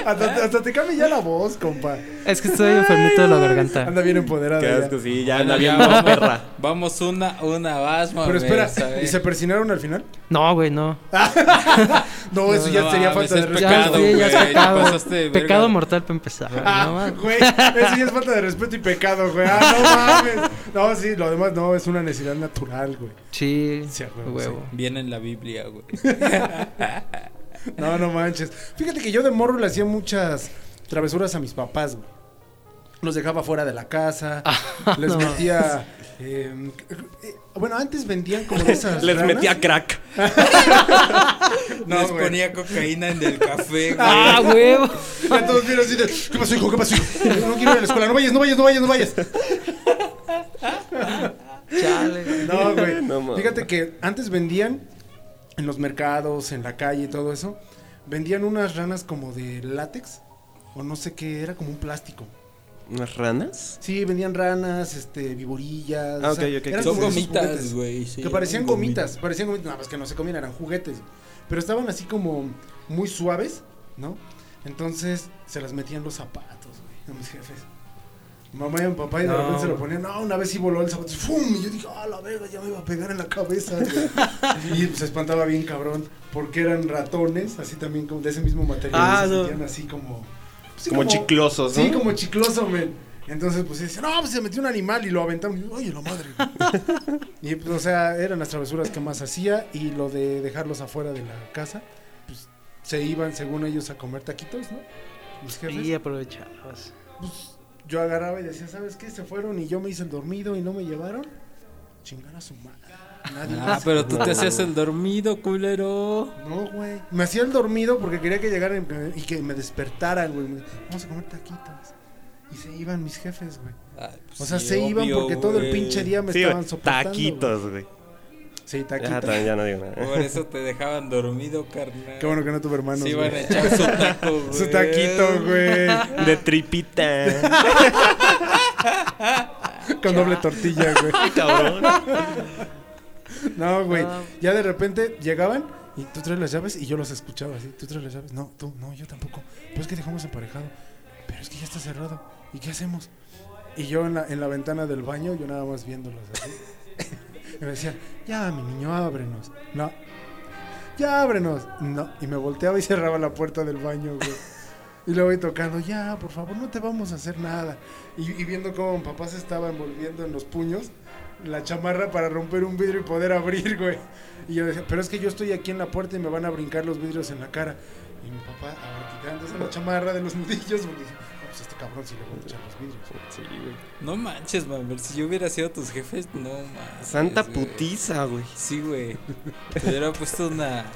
[SPEAKER 2] hasta, hasta te cambia ya la voz, compa.
[SPEAKER 5] Es que estoy enfermito de la garganta.
[SPEAKER 2] <laughs> Anda bien empoderada.
[SPEAKER 3] Qué
[SPEAKER 2] ya.
[SPEAKER 3] asco, sí, ya
[SPEAKER 4] Bueno,
[SPEAKER 3] anda bien
[SPEAKER 4] ya
[SPEAKER 3] más
[SPEAKER 4] vamos-
[SPEAKER 3] perra.
[SPEAKER 4] Vamos una, una, vas, mami.
[SPEAKER 2] Pero espera,
[SPEAKER 4] ¿sabes?
[SPEAKER 2] ¿y se persinaron al final?
[SPEAKER 5] No, güey, no.
[SPEAKER 2] No, eso ya
[SPEAKER 4] no
[SPEAKER 2] sería
[SPEAKER 4] mames,
[SPEAKER 2] falta de
[SPEAKER 4] es
[SPEAKER 5] Ya,
[SPEAKER 2] respeto.
[SPEAKER 4] Pecado,
[SPEAKER 5] sí, ya es
[SPEAKER 4] güey, ya
[SPEAKER 5] pecado.
[SPEAKER 4] pasaste de
[SPEAKER 5] Pecado
[SPEAKER 4] verga.
[SPEAKER 5] mortal para empezar. no
[SPEAKER 2] Ah,
[SPEAKER 5] mames.
[SPEAKER 2] güey, eso ya es falta de respeto y pecado, güey. Ah, no mames. No, sí, lo demás no, es una necesidad natural, güey.
[SPEAKER 5] Sí,
[SPEAKER 2] Sí, a huevo,
[SPEAKER 5] huevo.
[SPEAKER 4] Viene en la Biblia, güey.
[SPEAKER 2] No, no manches. Fíjate que yo de morro le hacía muchas travesuras a mis papás, güey. Los dejaba fuera de la casa, les
[SPEAKER 5] no.
[SPEAKER 2] metía... eh, eh, bueno, antes vendían como de esas
[SPEAKER 3] <laughs> Les
[SPEAKER 2] ranas.
[SPEAKER 3] metía crack.
[SPEAKER 2] <laughs> No,
[SPEAKER 4] Les
[SPEAKER 2] güey.
[SPEAKER 4] ponía cocaína en el café, güey.
[SPEAKER 5] Ah,
[SPEAKER 2] <laughs>
[SPEAKER 5] huevo.
[SPEAKER 2] Ya todos vieron así de, ¿qué pasó, hijo? ¿Qué pasó, hijo? No quiero ir a la escuela, no vayas, no vayas, no vayas, no vayas.
[SPEAKER 5] Chale.
[SPEAKER 2] <laughs> No, güey.
[SPEAKER 3] <laughs> No mames.
[SPEAKER 2] Fíjate que antes vendían en los mercados, en la calle y todo eso, vendían unas ranas como de látex o no sé qué, era como un plástico.
[SPEAKER 3] ¿Unas ranas?
[SPEAKER 2] Sí, vendían ranas, este, viborillas.
[SPEAKER 3] Ah, ok, ok,
[SPEAKER 2] eran como de
[SPEAKER 3] ok.
[SPEAKER 4] Son
[SPEAKER 2] esos
[SPEAKER 4] gomitas,
[SPEAKER 2] juguetes
[SPEAKER 4] güey. sí,
[SPEAKER 2] que parecían
[SPEAKER 4] gomitas.
[SPEAKER 2] gomitas, parecían gomitas, nada más que no se comían, eran juguetes. Pero estaban así como muy suaves, ¿no? Entonces se las metían los zapatos, güey, a mis jefes. Mamá y mi papá y de
[SPEAKER 5] No.
[SPEAKER 2] repente se lo ponían, no, una vez sí voló el zapato, ¡fum! Y yo dije, ah, la verga, ya me iba a pegar en la cabeza. güey". y pues, se espantaba bien cabrón, porque eran ratones, así también como de ese mismo material,
[SPEAKER 5] Ah,
[SPEAKER 2] y se
[SPEAKER 5] no.
[SPEAKER 2] sentían así como... pues, sí,
[SPEAKER 3] como, chiclosos, ¿no?
[SPEAKER 2] Sí, como chicloso, men. Entonces, pues dice, no, pues se metió un animal y lo aventaron. Y yo, Oye, la
[SPEAKER 4] <laughs>
[SPEAKER 2] madre. y pues, o sea, eran las travesuras que más hacía y lo de dejarlos afuera de la casa, pues se iban, según ellos, a comer taquitos, ¿no? Mis jefes.
[SPEAKER 5] Y aprovechabas.
[SPEAKER 2] Pues, yo agarraba y decía, ¿sabes qué? Se fueron y yo me hice el dormido y no me llevaron. Chingar a su madre. Nadie
[SPEAKER 4] Ah,
[SPEAKER 2] más.
[SPEAKER 4] pero tú te hacías el dormido, culero.
[SPEAKER 2] No, güey. Me hacía el dormido porque quería que llegaran y me- y que me despertaran, güey. Me- Vamos a comer taquitos. Y se iban mis jefes, güey.
[SPEAKER 4] Ah, pues
[SPEAKER 2] O sea,
[SPEAKER 4] sí,
[SPEAKER 2] se iban
[SPEAKER 4] obvio,
[SPEAKER 2] porque todo el
[SPEAKER 4] güey.
[SPEAKER 2] pinche día me
[SPEAKER 3] Sí, güey,
[SPEAKER 2] estaban soportando. güey.
[SPEAKER 3] Taquitos, güey.
[SPEAKER 2] Sí,
[SPEAKER 3] Ya,
[SPEAKER 2] taquitos.
[SPEAKER 3] también ya no digo
[SPEAKER 4] Por
[SPEAKER 3] nada.
[SPEAKER 4] eso te dejaban dormido, carnal.
[SPEAKER 2] Qué bueno que no tuve hermanos.
[SPEAKER 4] Se iban a
[SPEAKER 2] güey.
[SPEAKER 4] echar su taco,
[SPEAKER 2] <laughs>
[SPEAKER 4] güey.
[SPEAKER 2] Su taquito, güey.
[SPEAKER 3] De tripita.
[SPEAKER 2] Con doble tortilla, güey.
[SPEAKER 3] Cabrón.
[SPEAKER 2] <laughs> No, güey.
[SPEAKER 5] No.
[SPEAKER 2] Ya de repente llegaban y tú traes las llaves y yo los escuchaba así. Tú traes las llaves. No, tú, no, yo tampoco. Pues es que dejamos emparejado. Pero es que ya está cerrado. ¿Y qué hacemos? Y yo en la, en la ventana del baño, yo nada más viéndolos así. <laughs> y me decían, ya, mi niño, ábrenos. No. Ya, ábrenos. No. Y me volteaba y cerraba la puerta del baño, güey. Y le voy tocando, ya, por favor, no te vamos a hacer nada. Y, y viendo cómo mi papá se estaba envolviendo en los puños, la chamarra para romper un vidrio y poder abrir, güey. Y yo decía, pero es que yo estoy aquí en la puerta y me van a brincar los vidrios en la cara. Y mi papá, ahora quitándose la chamarra de los nudillos, porque dije, "No, pues este cabrón sí le va a echar los vidrios.
[SPEAKER 3] Sí, güey.
[SPEAKER 4] No manches, Mamber. Si yo hubiera sido tus jefes, no manches.
[SPEAKER 3] Santa
[SPEAKER 4] güey.
[SPEAKER 3] putiza, güey.
[SPEAKER 4] Sí, güey. Te hubiera puesto una.
[SPEAKER 2] <laughs>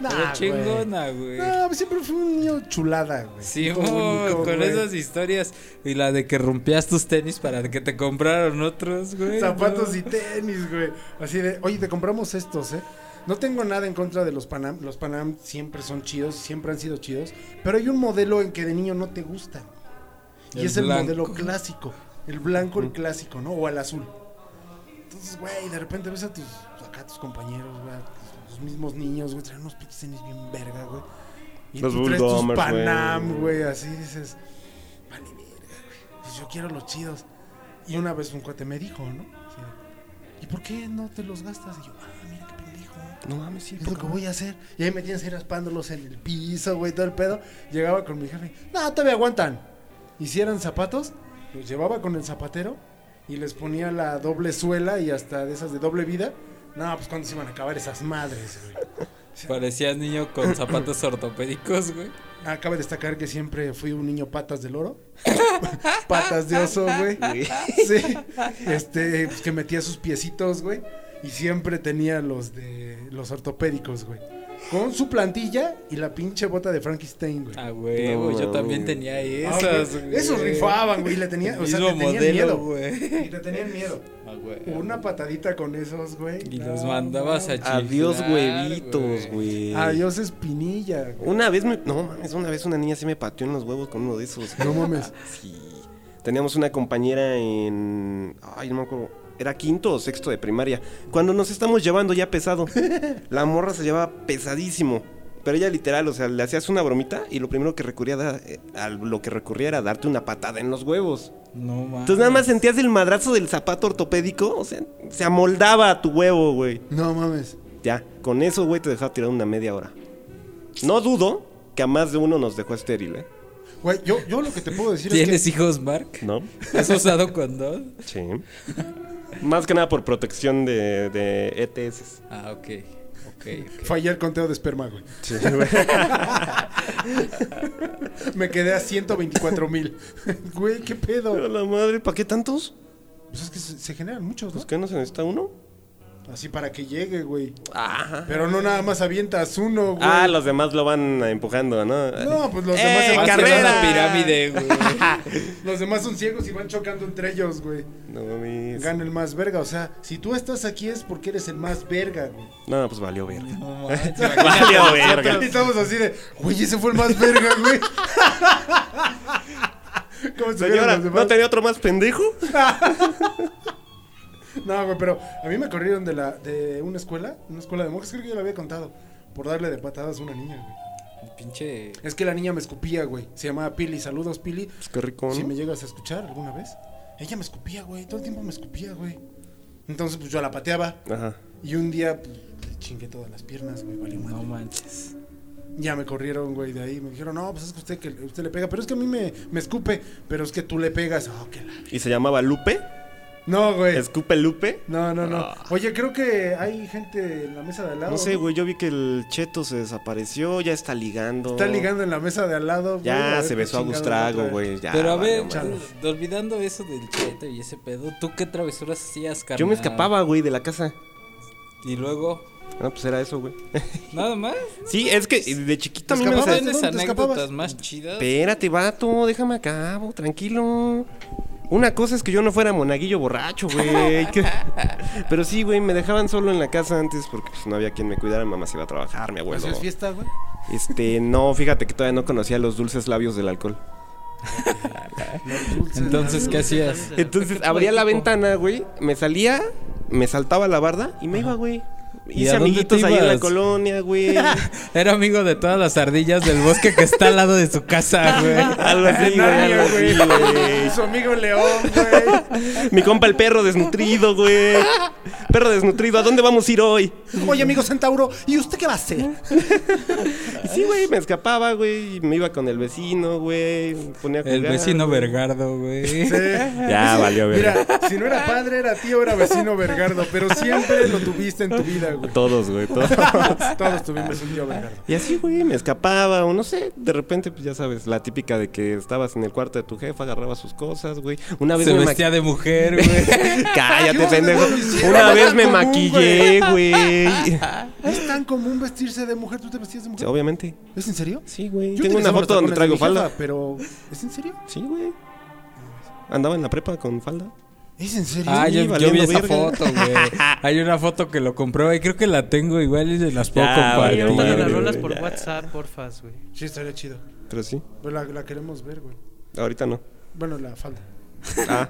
[SPEAKER 2] Nah,
[SPEAKER 4] Pero chingona, güey.
[SPEAKER 2] No, pues siempre fui un niño chulada, güey.
[SPEAKER 4] Sí,
[SPEAKER 2] Todo
[SPEAKER 4] mo,
[SPEAKER 2] único,
[SPEAKER 4] con
[SPEAKER 2] güey.
[SPEAKER 4] esas historias. Y la de que rompías tus tenis para que te compraran otros, güey.
[SPEAKER 2] Zapatos
[SPEAKER 4] no.
[SPEAKER 2] y tenis, güey. Así de, oye, te compramos estos, ¿eh? No tengo nada en contra de los Panam. Los Panam siempre son chidos, siempre han sido chidos. Pero hay un modelo en que de niño no te gusta. Y
[SPEAKER 4] El
[SPEAKER 2] es
[SPEAKER 4] blanco.
[SPEAKER 2] el modelo clásico. El blanco, el clásico, ¿no? O el azul. Entonces, güey, de repente ves a tus, acá a tus compañeros, güey, a tus- los mismos niños, güey, traen unos pinches tenis bien verga, güey. Y
[SPEAKER 3] Los
[SPEAKER 2] tú traes tus
[SPEAKER 3] Bulldomers, güey.
[SPEAKER 2] Panam, güey, así dices, vale, verga, güey. Pues yo quiero los chidos. Y una vez un cuate me dijo, ¿no? Así de, ¿Y por qué no te los gastas? Y yo, ah, mira qué pendejo.
[SPEAKER 3] No mames, sí,
[SPEAKER 2] Es lo que voy a hacer. Y ahí me tienes que ir raspándolos en el piso, güey, todo el pedo. Llegaba con mi jefe. No, todavía aguantan. Hicieron zapatos, los llevaba con el zapatero y les ponía la doble suela y hasta de esas de doble vida. No, pues cuando se iban a acabar esas madres, güey.
[SPEAKER 4] <laughs> Parecías niño con zapatos ortopédicos, güey.
[SPEAKER 2] Acaba de destacar que siempre fui un niño patas del oro. <laughs> patas de oso, güey. Sí. Este, pues, que metía sus piecitos, güey. Y siempre tenía los de los ortopédicos, güey. Con su plantilla y la pinche bota de Frankenstein, güey.
[SPEAKER 4] Ah, güey,
[SPEAKER 3] No,
[SPEAKER 4] yo
[SPEAKER 3] mami.
[SPEAKER 4] también tenía
[SPEAKER 2] Ah,
[SPEAKER 4] esas,
[SPEAKER 2] güey,
[SPEAKER 4] güey.
[SPEAKER 2] Esos rifaban, güey. y Le tenía, o sea,
[SPEAKER 4] Mismo
[SPEAKER 2] le tenían
[SPEAKER 4] modelo,
[SPEAKER 2] miedo.
[SPEAKER 4] güey.
[SPEAKER 2] Y le tenían miedo.
[SPEAKER 4] Ah, güey.
[SPEAKER 2] Una patadita con esos, güey.
[SPEAKER 4] Y
[SPEAKER 2] no,
[SPEAKER 4] los mandabas a
[SPEAKER 2] mames.
[SPEAKER 4] chiflar,
[SPEAKER 3] Adiós, huevitos, güey.
[SPEAKER 2] Adiós, espinilla, güey.
[SPEAKER 3] Una vez me. No mames, una vez una niña se me pateó en los huevos con uno de esos.
[SPEAKER 2] No mames.
[SPEAKER 3] Sí. Teníamos una compañera en. Ay, no me acuerdo. Era quinto o sexto de primaria. Cuando nos estamos llevando ya pesado. La morra se llevaba pesadísimo. Pero ella literal, o sea, le hacías una bromita y lo primero que recurría era- eh, a lo que recurría era darte una patada en los huevos.
[SPEAKER 4] No mames.
[SPEAKER 3] Entonces nada más sentías el madrazo del zapato ortopédico, o sea, se amoldaba a tu huevo, güey.
[SPEAKER 2] No mames.
[SPEAKER 3] Ya, con eso, güey, te dejaba tirado una media hora. No dudo que a más de uno nos dejó estéril, ¿eh?
[SPEAKER 2] Güey, yo, yo lo que te puedo decir
[SPEAKER 4] ¿Tienes
[SPEAKER 2] es
[SPEAKER 4] hijos, Mark?
[SPEAKER 3] ¿No?
[SPEAKER 4] ¿Has usado condón?
[SPEAKER 3] Sí. <laughs> Más que nada por protección de, de E ETS.
[SPEAKER 4] Ah, ok. Ok,
[SPEAKER 2] que
[SPEAKER 3] Eh,
[SPEAKER 4] ok.
[SPEAKER 2] fallé el conteo de esperma, güey. <laughs> Me quedé a 124 mil. <laughs> Güey, qué
[SPEAKER 3] Pero
[SPEAKER 2] pedo.
[SPEAKER 3] la madre, ¿para qué tantos?
[SPEAKER 2] Pues es que se, se generan muchos,
[SPEAKER 3] Pues
[SPEAKER 2] ¿no?
[SPEAKER 3] que no se necesita uno.
[SPEAKER 2] Así para que llegue, güey.
[SPEAKER 3] Ajá.
[SPEAKER 2] Pero no nada más avientas uno, güey.
[SPEAKER 3] Ah, los demás lo van empujando, ¿no?
[SPEAKER 2] No, pues los
[SPEAKER 3] ¡Eh,
[SPEAKER 2] demás se van
[SPEAKER 3] carrera!
[SPEAKER 4] Haciendo una
[SPEAKER 3] <laughs>
[SPEAKER 4] pirámide, güey.
[SPEAKER 2] Los demás son ciegos y van chocando entre ellos, güey.
[SPEAKER 3] No mames.
[SPEAKER 2] Gana el más verga. O sea, si tú estás aquí es porque eres el más verga, güey.
[SPEAKER 3] No, pues valió verga.
[SPEAKER 2] <laughs>
[SPEAKER 4] No manches.
[SPEAKER 3] <laughs> Valió verga.
[SPEAKER 2] Y estamos así de, güey, ese fue el más verga,
[SPEAKER 3] <laughs>
[SPEAKER 2] güey. ¿Cómo se
[SPEAKER 3] Señora, ¿no tenía otro más pendejo?
[SPEAKER 2] No, güey, pero a mí me corrieron de la de una escuela, una escuela de monjas, creo que yo lo había contado, por darle de patadas a una niña, güey.
[SPEAKER 4] Pinche.
[SPEAKER 2] Es que la niña me escupía, güey. Se llamaba Pili, saludos Pili.
[SPEAKER 3] Pues qué rico, ¿no?
[SPEAKER 2] Si me llegas a escuchar alguna vez. Ella me escupía, güey, todo el tiempo me escupía, güey. Entonces, pues yo la pateaba
[SPEAKER 3] Ajá.
[SPEAKER 2] y un día pues, le chingué todas las piernas, güey, vale madre.
[SPEAKER 4] No manches.
[SPEAKER 2] Ya me corrieron, güey, de ahí. Me dijeron, no, pues es que usted, que usted le pega. Pero es que a mí me, me escupe. Pero es que tú le pegas. Oh, que la-
[SPEAKER 3] ¿Y se llamaba Lupe?
[SPEAKER 2] No, güey.
[SPEAKER 3] ¿Escupe Lupe?
[SPEAKER 2] No, no, no.
[SPEAKER 3] Ah.
[SPEAKER 2] Oye, creo que hay gente en la mesa de al lado.
[SPEAKER 3] No sé, güey, yo vi que el Cheto se desapareció, ya está ligando.
[SPEAKER 2] Está ligando en la mesa de al lado. güey,
[SPEAKER 3] Ya
[SPEAKER 2] ver
[SPEAKER 3] se
[SPEAKER 2] qué
[SPEAKER 3] besó a
[SPEAKER 2] chingado
[SPEAKER 3] Gustrago,
[SPEAKER 2] va traer.
[SPEAKER 3] güey. ya,
[SPEAKER 4] Pero a
[SPEAKER 3] valió
[SPEAKER 4] ver,
[SPEAKER 3] madre.
[SPEAKER 4] eh, olvidando eso del cheto y ese pedo, ¿tú qué travesuras hacías, carnal?
[SPEAKER 3] Yo me escapaba, güey, de la casa. Ah,
[SPEAKER 4] Y luego,
[SPEAKER 3] No, pues era eso, güey.
[SPEAKER 4] nada más.
[SPEAKER 3] Sí, es que de chiquito a mí me
[SPEAKER 4] ¿No
[SPEAKER 2] escapabas?
[SPEAKER 3] gustaba-
[SPEAKER 2] ¿De
[SPEAKER 4] tienes
[SPEAKER 2] dónde te
[SPEAKER 4] anécdotas
[SPEAKER 2] escapabas?
[SPEAKER 4] más chidas?
[SPEAKER 3] Espérate, vato, déjame acabo, tranquilo. Una cosa es que yo no fuera monaguillo borracho,
[SPEAKER 4] <laughs>
[SPEAKER 3] güey. que- Pero sí, güey, me dejaban solo en la casa antes porque pues, no había quien me cuidara. Mamá se iba a trabajar, mi abuelo.
[SPEAKER 2] ¿Hacías Pues fiesta, güey?
[SPEAKER 3] Este, no, fíjate que todavía no conocía los dulces labios del alcohol.
[SPEAKER 2] Los dulces,
[SPEAKER 4] Entonces,
[SPEAKER 2] la-
[SPEAKER 4] ¿qué hacías?
[SPEAKER 3] <laughs> Entonces abría la ventana, güey, me salía, me saltaba la barda y me iba, güey.
[SPEAKER 4] ¿Y
[SPEAKER 3] Hice
[SPEAKER 4] a dónde
[SPEAKER 3] amiguitos
[SPEAKER 4] te
[SPEAKER 3] ahí en la
[SPEAKER 4] ibas?
[SPEAKER 3] colonia, güey.
[SPEAKER 4] Era amigo de todas las ardillas del bosque que está al lado de su casa, güey.
[SPEAKER 3] Algo así, güey. algo así, güey.
[SPEAKER 2] Su amigo León, güey.
[SPEAKER 3] Mi compa el perro desnutrido, güey. Perro desnutrido, ¿a dónde vamos a ir hoy?
[SPEAKER 2] Oye, amigo Centauro, ¿y usted qué va a hacer?
[SPEAKER 3] Y sí, güey, me escapaba, güey. y Me iba con el vecino, güey. me ponía a
[SPEAKER 4] El
[SPEAKER 3] jugar, <laughs>
[SPEAKER 4] vecino
[SPEAKER 3] güey.
[SPEAKER 4] Vergardo, güey.
[SPEAKER 3] Eh, Ya valió, güey.
[SPEAKER 2] Eh, Mira, si no era padre, era tío, era vecino Vergardo, pero siempre lo tuviste en tu vida, güey.
[SPEAKER 3] Todos, güey, todos.
[SPEAKER 2] <laughs> Todos tuvimos un tío Vergardo.
[SPEAKER 3] Y así, güey, me escapaba, o no sé, de repente, pues ya sabes, la típica de que estabas en el cuarto de tu jefa, agarraba sus cosas, güey. Una vez
[SPEAKER 4] Se
[SPEAKER 3] me
[SPEAKER 4] vestía
[SPEAKER 2] <laughs>
[SPEAKER 4] de mujer, güey.
[SPEAKER 3] maqui- <laughs> Cállate, pendejo.
[SPEAKER 2] hicieron,
[SPEAKER 3] Una
[SPEAKER 2] no
[SPEAKER 3] vez
[SPEAKER 2] tan
[SPEAKER 3] me
[SPEAKER 2] común,
[SPEAKER 3] maquillé, güey.
[SPEAKER 2] <laughs> ¿Es tan común vestirse de mujer? ¿Tú te vestías de
[SPEAKER 3] Sí,
[SPEAKER 2] mujer?
[SPEAKER 3] Obviamente.
[SPEAKER 2] ¿Es en serio?
[SPEAKER 3] Sí, güey.
[SPEAKER 2] Yo
[SPEAKER 3] Tengo una
[SPEAKER 2] utilizaba los
[SPEAKER 3] foto donde
[SPEAKER 2] tacones de mi
[SPEAKER 3] traigo
[SPEAKER 2] jefa,
[SPEAKER 3] falda.
[SPEAKER 2] Pero, ¿es en serio?
[SPEAKER 3] Sí, güey. Andaba en la prepa con falda.
[SPEAKER 2] ¿Es en serio?
[SPEAKER 4] Ah, yo, yo vi
[SPEAKER 3] valiendo
[SPEAKER 4] esa
[SPEAKER 3] verga.
[SPEAKER 4] foto, güey. Hay una foto que lo compró y creo que la tengo igual y se las puedo
[SPEAKER 3] Ya,
[SPEAKER 5] Oye,
[SPEAKER 3] valió
[SPEAKER 5] Ah,
[SPEAKER 3] madre,
[SPEAKER 5] ahorita nos
[SPEAKER 4] compartir.
[SPEAKER 5] las
[SPEAKER 3] güey,
[SPEAKER 5] rolas por
[SPEAKER 3] ya.
[SPEAKER 5] WhatsApp, porfas, güey.
[SPEAKER 2] Sí, estaría chido.
[SPEAKER 3] Pero sí,
[SPEAKER 2] Pero la, la queremos ver, güey.
[SPEAKER 3] ahorita no.
[SPEAKER 2] Bueno, la falda.
[SPEAKER 3] Ah,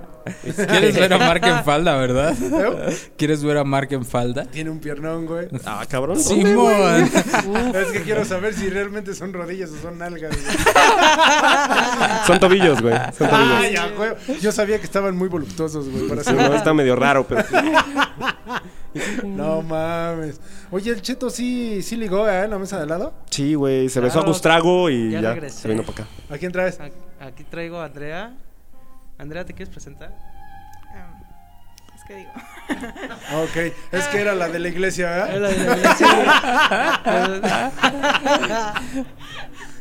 [SPEAKER 4] ¿Quieres ver a Mark
[SPEAKER 2] <laughs>
[SPEAKER 4] en falda, verdad?
[SPEAKER 2] ¿Eh?
[SPEAKER 4] ¿Quieres ver a Mark en falda?
[SPEAKER 2] Tiene un piernón, güey.
[SPEAKER 3] ah cabrón. ¿dónde, güey?
[SPEAKER 4] Simón.
[SPEAKER 2] Es que quiero saber si realmente son rodillas o son nalgas, güey.
[SPEAKER 3] Son tobillos, güey.
[SPEAKER 2] Ah.
[SPEAKER 3] Son tobillos.
[SPEAKER 2] <laughs> Ay, a huevo. Yo sabía que estaban muy voluptuosos, güey. Para
[SPEAKER 3] Sí,
[SPEAKER 2] ser-
[SPEAKER 3] no, está medio raro, pero sí.
[SPEAKER 2] No mames. Oye, el cheto sí, sí ligó, ¿eh? En la mesa de al lado.
[SPEAKER 3] Sí, güey. Se besó a
[SPEAKER 5] Claro.
[SPEAKER 3] Bustrago y
[SPEAKER 5] Ya
[SPEAKER 3] ya,
[SPEAKER 5] regresé.
[SPEAKER 3] se vino para acá.
[SPEAKER 2] ¿A quién traes?
[SPEAKER 5] A- Aquí traigo a Andrea. Andrea, ¿te quieres presentar?
[SPEAKER 7] Ah, es que digo.
[SPEAKER 2] Ok, es que era la de la iglesia, ¿eh?
[SPEAKER 5] Hola,
[SPEAKER 2] ¿verdad?
[SPEAKER 5] Andrea, sí.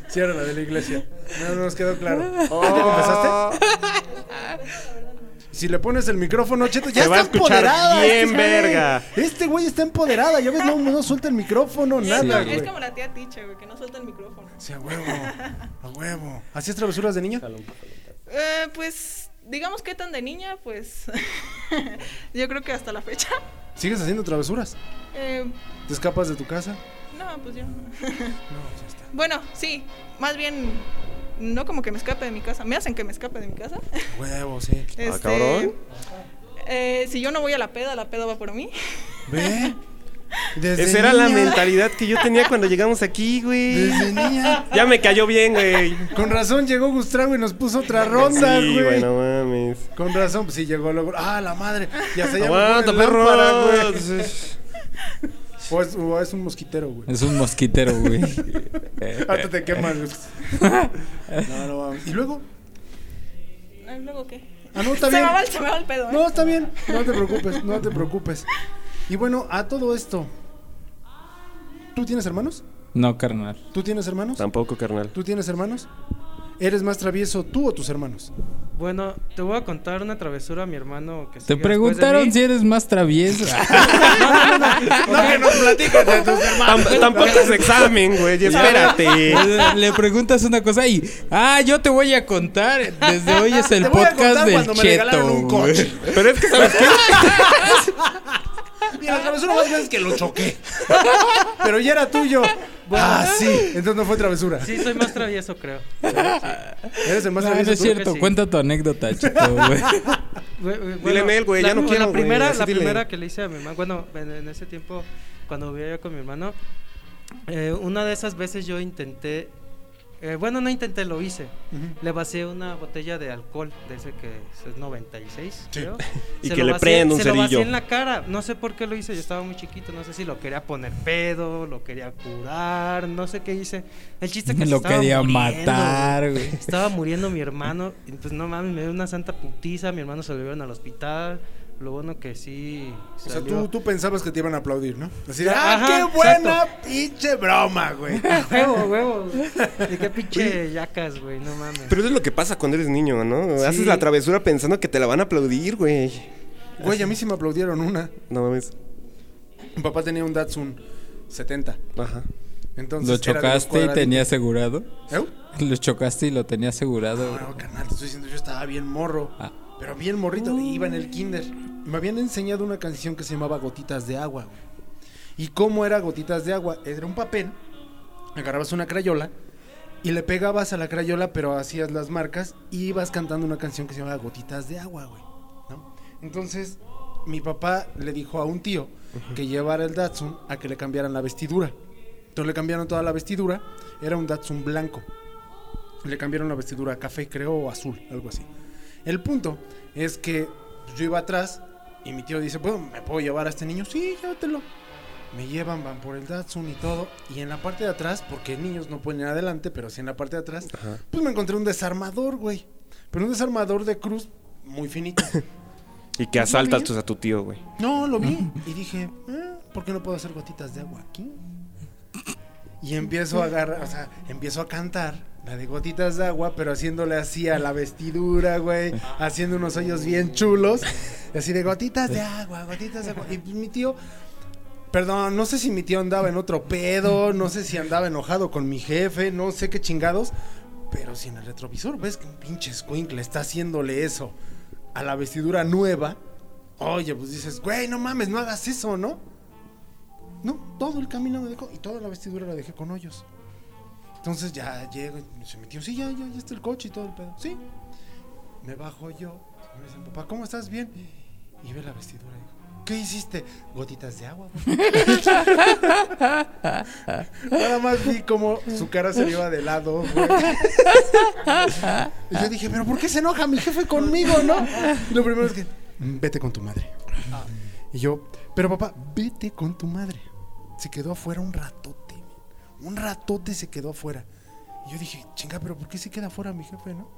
[SPEAKER 2] Sí, era la de la iglesia. No, no nos quedó claro. ¿Ya te confesaste? Si le pones el micrófono, cheto, ya
[SPEAKER 3] Se va
[SPEAKER 2] está
[SPEAKER 3] a escuchar
[SPEAKER 2] empoderada.
[SPEAKER 3] bien
[SPEAKER 2] este güey.
[SPEAKER 3] verga.
[SPEAKER 2] Este güey está empoderada. Ya ves, no, no suelta el micrófono,
[SPEAKER 7] es, como,
[SPEAKER 2] nada,
[SPEAKER 7] es
[SPEAKER 2] güey.
[SPEAKER 7] como la tía Ticha, güey, que no suelta el micrófono.
[SPEAKER 2] Sí, a huevo. A huevo. ¿Hacías travesuras de niño?
[SPEAKER 7] Eh, pues, digamos que tan de niña, pues. <laughs> yo creo que hasta la fecha.
[SPEAKER 2] ¿Sigues haciendo travesuras?
[SPEAKER 7] Eh,
[SPEAKER 2] ¿Te escapas de tu casa?
[SPEAKER 7] no, pues yo. no.
[SPEAKER 2] No, ya está.
[SPEAKER 7] bueno, sí, más bien. No como que me escape de mi casa. Me hacen que me escape de mi casa.
[SPEAKER 2] A huevo, sí.
[SPEAKER 7] Este,
[SPEAKER 3] cabrón.
[SPEAKER 7] eh, si yo no voy a la peda, la peda va por mí. <laughs>
[SPEAKER 2] ¿Ve? Desde
[SPEAKER 3] Esa era la
[SPEAKER 2] niña,
[SPEAKER 3] mentalidad que yo tenía cuando llegamos aquí, güey.
[SPEAKER 2] Desde niña.
[SPEAKER 3] Ya me cayó bien, güey.
[SPEAKER 2] Con razón llegó Gustavo y nos puso otra ronda,
[SPEAKER 3] sí,
[SPEAKER 2] güey.
[SPEAKER 3] no mames.
[SPEAKER 2] Con razón, pues sí llegó luego. Ah, la madre. Ya se llama.
[SPEAKER 3] Aguanta, perro.
[SPEAKER 2] O es, o es un mosquitero, güey.
[SPEAKER 4] Es un mosquitero,
[SPEAKER 2] <laughs>
[SPEAKER 4] güey.
[SPEAKER 2] Hasta te quemas, güey. No, no, mames. ¿Y luego?
[SPEAKER 7] Ah, ¿Luego qué?
[SPEAKER 2] Ah, no, está
[SPEAKER 7] Se
[SPEAKER 2] bien.
[SPEAKER 7] me, va el, se me va el pedo, ¿eh?
[SPEAKER 2] No, está bien. No te preocupes, no te preocupes. Y bueno, a todo esto. ¿Tú tienes hermanos?
[SPEAKER 4] No, carnal.
[SPEAKER 2] ¿Tú tienes hermanos?
[SPEAKER 3] Tampoco, carnal.
[SPEAKER 2] ¿Tú tienes hermanos? ¿Eres más travieso tú o tus hermanos?
[SPEAKER 5] <laughs> Bueno, te voy a contar una travesura a mi hermano que
[SPEAKER 4] Te preguntaron si eres
[SPEAKER 2] <laughs>
[SPEAKER 4] más travieso.
[SPEAKER 2] <laughs> No, que nos platiques de tus hermanos.
[SPEAKER 3] Tam- tampoco es examen, güey. Espérate.
[SPEAKER 4] <laughs> Le preguntas una cosa y. Ah, yo te voy a contar. Desde
[SPEAKER 2] <laughs>
[SPEAKER 4] hoy es el
[SPEAKER 2] Te voy a
[SPEAKER 4] podcast
[SPEAKER 2] contar
[SPEAKER 4] del
[SPEAKER 2] cuando me regalaron
[SPEAKER 4] cheto.
[SPEAKER 2] un coche.
[SPEAKER 4] güey.
[SPEAKER 3] Pero es que, ¿sabes <laughs> qué?
[SPEAKER 2] Y la travesura más grande es que lo choqué. <laughs> Pero ya era tuyo. ah, sí. Entonces no fue travesura.
[SPEAKER 5] Sí, soy más travieso, creo.
[SPEAKER 2] Eres el más
[SPEAKER 4] No, no
[SPEAKER 2] travieso.
[SPEAKER 4] Ah, es
[SPEAKER 2] tú.
[SPEAKER 4] cierto.
[SPEAKER 5] sí.
[SPEAKER 4] Cuenta tu anécdota, cheto, güey.
[SPEAKER 5] Güey, güey,
[SPEAKER 3] Dile en él, güey,
[SPEAKER 5] la-
[SPEAKER 3] ya no quiero,
[SPEAKER 5] La
[SPEAKER 3] güey,
[SPEAKER 5] primera,
[SPEAKER 3] así
[SPEAKER 5] la
[SPEAKER 3] dile.
[SPEAKER 5] primera que le hice a mi hermano, bueno, en, en ese tiempo, cuando vivía yo con mi hermano, eh, una de esas veces yo intenté, eh, bueno, no intenté, lo hice.
[SPEAKER 2] Ujú.
[SPEAKER 5] Le vacié una botella de alcohol, de ese que es 96,
[SPEAKER 2] Sí.
[SPEAKER 5] creo.
[SPEAKER 3] <laughs> Y
[SPEAKER 5] Se
[SPEAKER 3] que
[SPEAKER 5] lo
[SPEAKER 3] le
[SPEAKER 5] vacié-
[SPEAKER 3] prenda un
[SPEAKER 5] Se lo vacié
[SPEAKER 3] cerillo.
[SPEAKER 5] en la cara. No sé por qué lo hice, yo estaba muy chiquito, no sé si lo quería poner pedo, lo quería curar, no sé qué hice. El chiste que
[SPEAKER 4] <laughs>
[SPEAKER 5] se
[SPEAKER 4] Lo
[SPEAKER 5] estaba
[SPEAKER 4] quería
[SPEAKER 5] muriendo,
[SPEAKER 4] matar, güey.
[SPEAKER 5] <laughs> estaba muriendo mi hermano. y pues no mames, me dio una santa putiza. Mi hermano se lo llevaron al hospital. Lo bueno que sí.
[SPEAKER 2] O sea,
[SPEAKER 5] salió.
[SPEAKER 2] tú,
[SPEAKER 5] <laughs>
[SPEAKER 2] tú pensabas que te iban a aplaudir, ¿no? Así de, ¡ah,
[SPEAKER 5] Ajá,
[SPEAKER 2] qué buena pinche broma, güey!
[SPEAKER 5] Huevo, huevo. De qué pinche yacas, güey. No mames. <laughs>
[SPEAKER 3] Pero eso es lo que pasa cuando eres niño, ¿no?
[SPEAKER 5] Sí.
[SPEAKER 3] Haces la travesura pensando que te la van a aplaudir, güey.
[SPEAKER 2] Güey, a mí sí me aplaudieron una.
[SPEAKER 3] No mames.
[SPEAKER 2] Mi papá tenía un Datsun 70.
[SPEAKER 3] Ajá.
[SPEAKER 2] Entonces,
[SPEAKER 4] Lo
[SPEAKER 2] era de los
[SPEAKER 4] chocaste y tenía asegurado.
[SPEAKER 2] cuadraditos. ¿Eh?
[SPEAKER 4] Lo chocaste y lo tenía asegurado.
[SPEAKER 2] No,
[SPEAKER 4] güey.
[SPEAKER 2] no, carnal, te estoy diciendo, yo estaba bien morro.
[SPEAKER 4] Ah. Mm.
[SPEAKER 2] Pero bien morrito, iba en el kinder. Me habían enseñado una canción que se llamaba Gotitas de Agua, güey. ¿Y cómo era Gotitas de Agua? Era un papel, agarrabas una crayola y le pegabas a la crayola, pero hacías las marcas y ibas cantando una canción que se llamaba Gotitas de Agua, güey. ¿no? Entonces, mi papá le dijo a un tío que llevara el Datsun a que le cambiaran la vestidura. Entonces le cambiaron toda la vestidura, era un Datsun blanco. Le cambiaron la vestidura a café, creo, o azul, algo así. El punto es que pues, yo iba atrás y mi tío dice, bueno, ¿me puedo llevar a este niño? Sí, llévatelo. Me llevan, van por el Datsun y todo. Y en la parte de atrás, porque niños no pueden ir adelante, pero sí en la parte de atrás, pues me encontré un desarmador, güey. Pero un desarmador de cruz muy finito.
[SPEAKER 3] Y que asaltas tú a tu tío, güey.
[SPEAKER 2] No, lo vi y dije, "Ah, ¿por qué no puedo hacer gotitas de agua aquí? Y empiezo a agarrar, o sea, empiezo a cantar la de gotitas de agua, pero haciéndole así a la vestidura, güey, haciendo unos hoyos bien chulos, así de gotitas de agua, gotitas de agua. Y mi tío, perdón, no sé si mi tío andaba en otro pedo, no sé si andaba enojado con mi jefe, no sé qué chingados, pero si en el retrovisor ves que un pinche squinkle está haciéndole eso a la vestidura nueva, Oye, pues dices, güey, no mames, no hagas eso, ¿no? No, todo el camino me dejó y toda la vestidura la dejé con hoyos. Entonces ya llego y se metió, sí, ya, ya, ya está el coche y todo el pedo. Sí. Me bajo yo, me dicen, papá, ¿cómo estás? Bien. Y ve la vestidura y digo, ¿qué hiciste? Gotitas de agua. güey". <laughs> Nada más vi como su cara se le iba de lado. güey. Y yo dije, ¿pero por qué se enoja mi jefe conmigo, no? Y lo primero es que, "Mm, vete con tu madre. Y yo, pero papá, vete con tu madre. Se quedó afuera un ratote. Un ratote se quedó afuera. Y yo dije, chinga, pero ¿por qué se queda afuera mi jefe, no?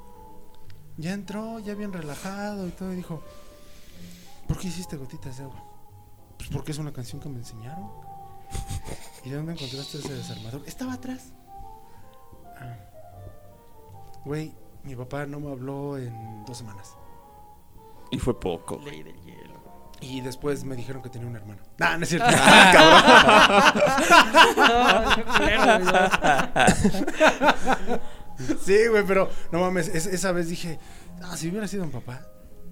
[SPEAKER 2] Ya entró, ya bien relajado y todo. Y dijo, ¿por qué hiciste gotitas de agua? Pues porque es una canción que me enseñaron. <laughs> ¿Y de dónde encontraste ese desarmador? Estaba atrás. Ah. Güey, mi papá no me habló en dos semanas.
[SPEAKER 3] Y fue poco.
[SPEAKER 2] Y después me dijeron que tenía un <laughs> hermano. Nah, Ah, no es cierto. <laughs> Sí, güey, pero no mames, es- esa vez dije, ah, si hubiera sido un papá,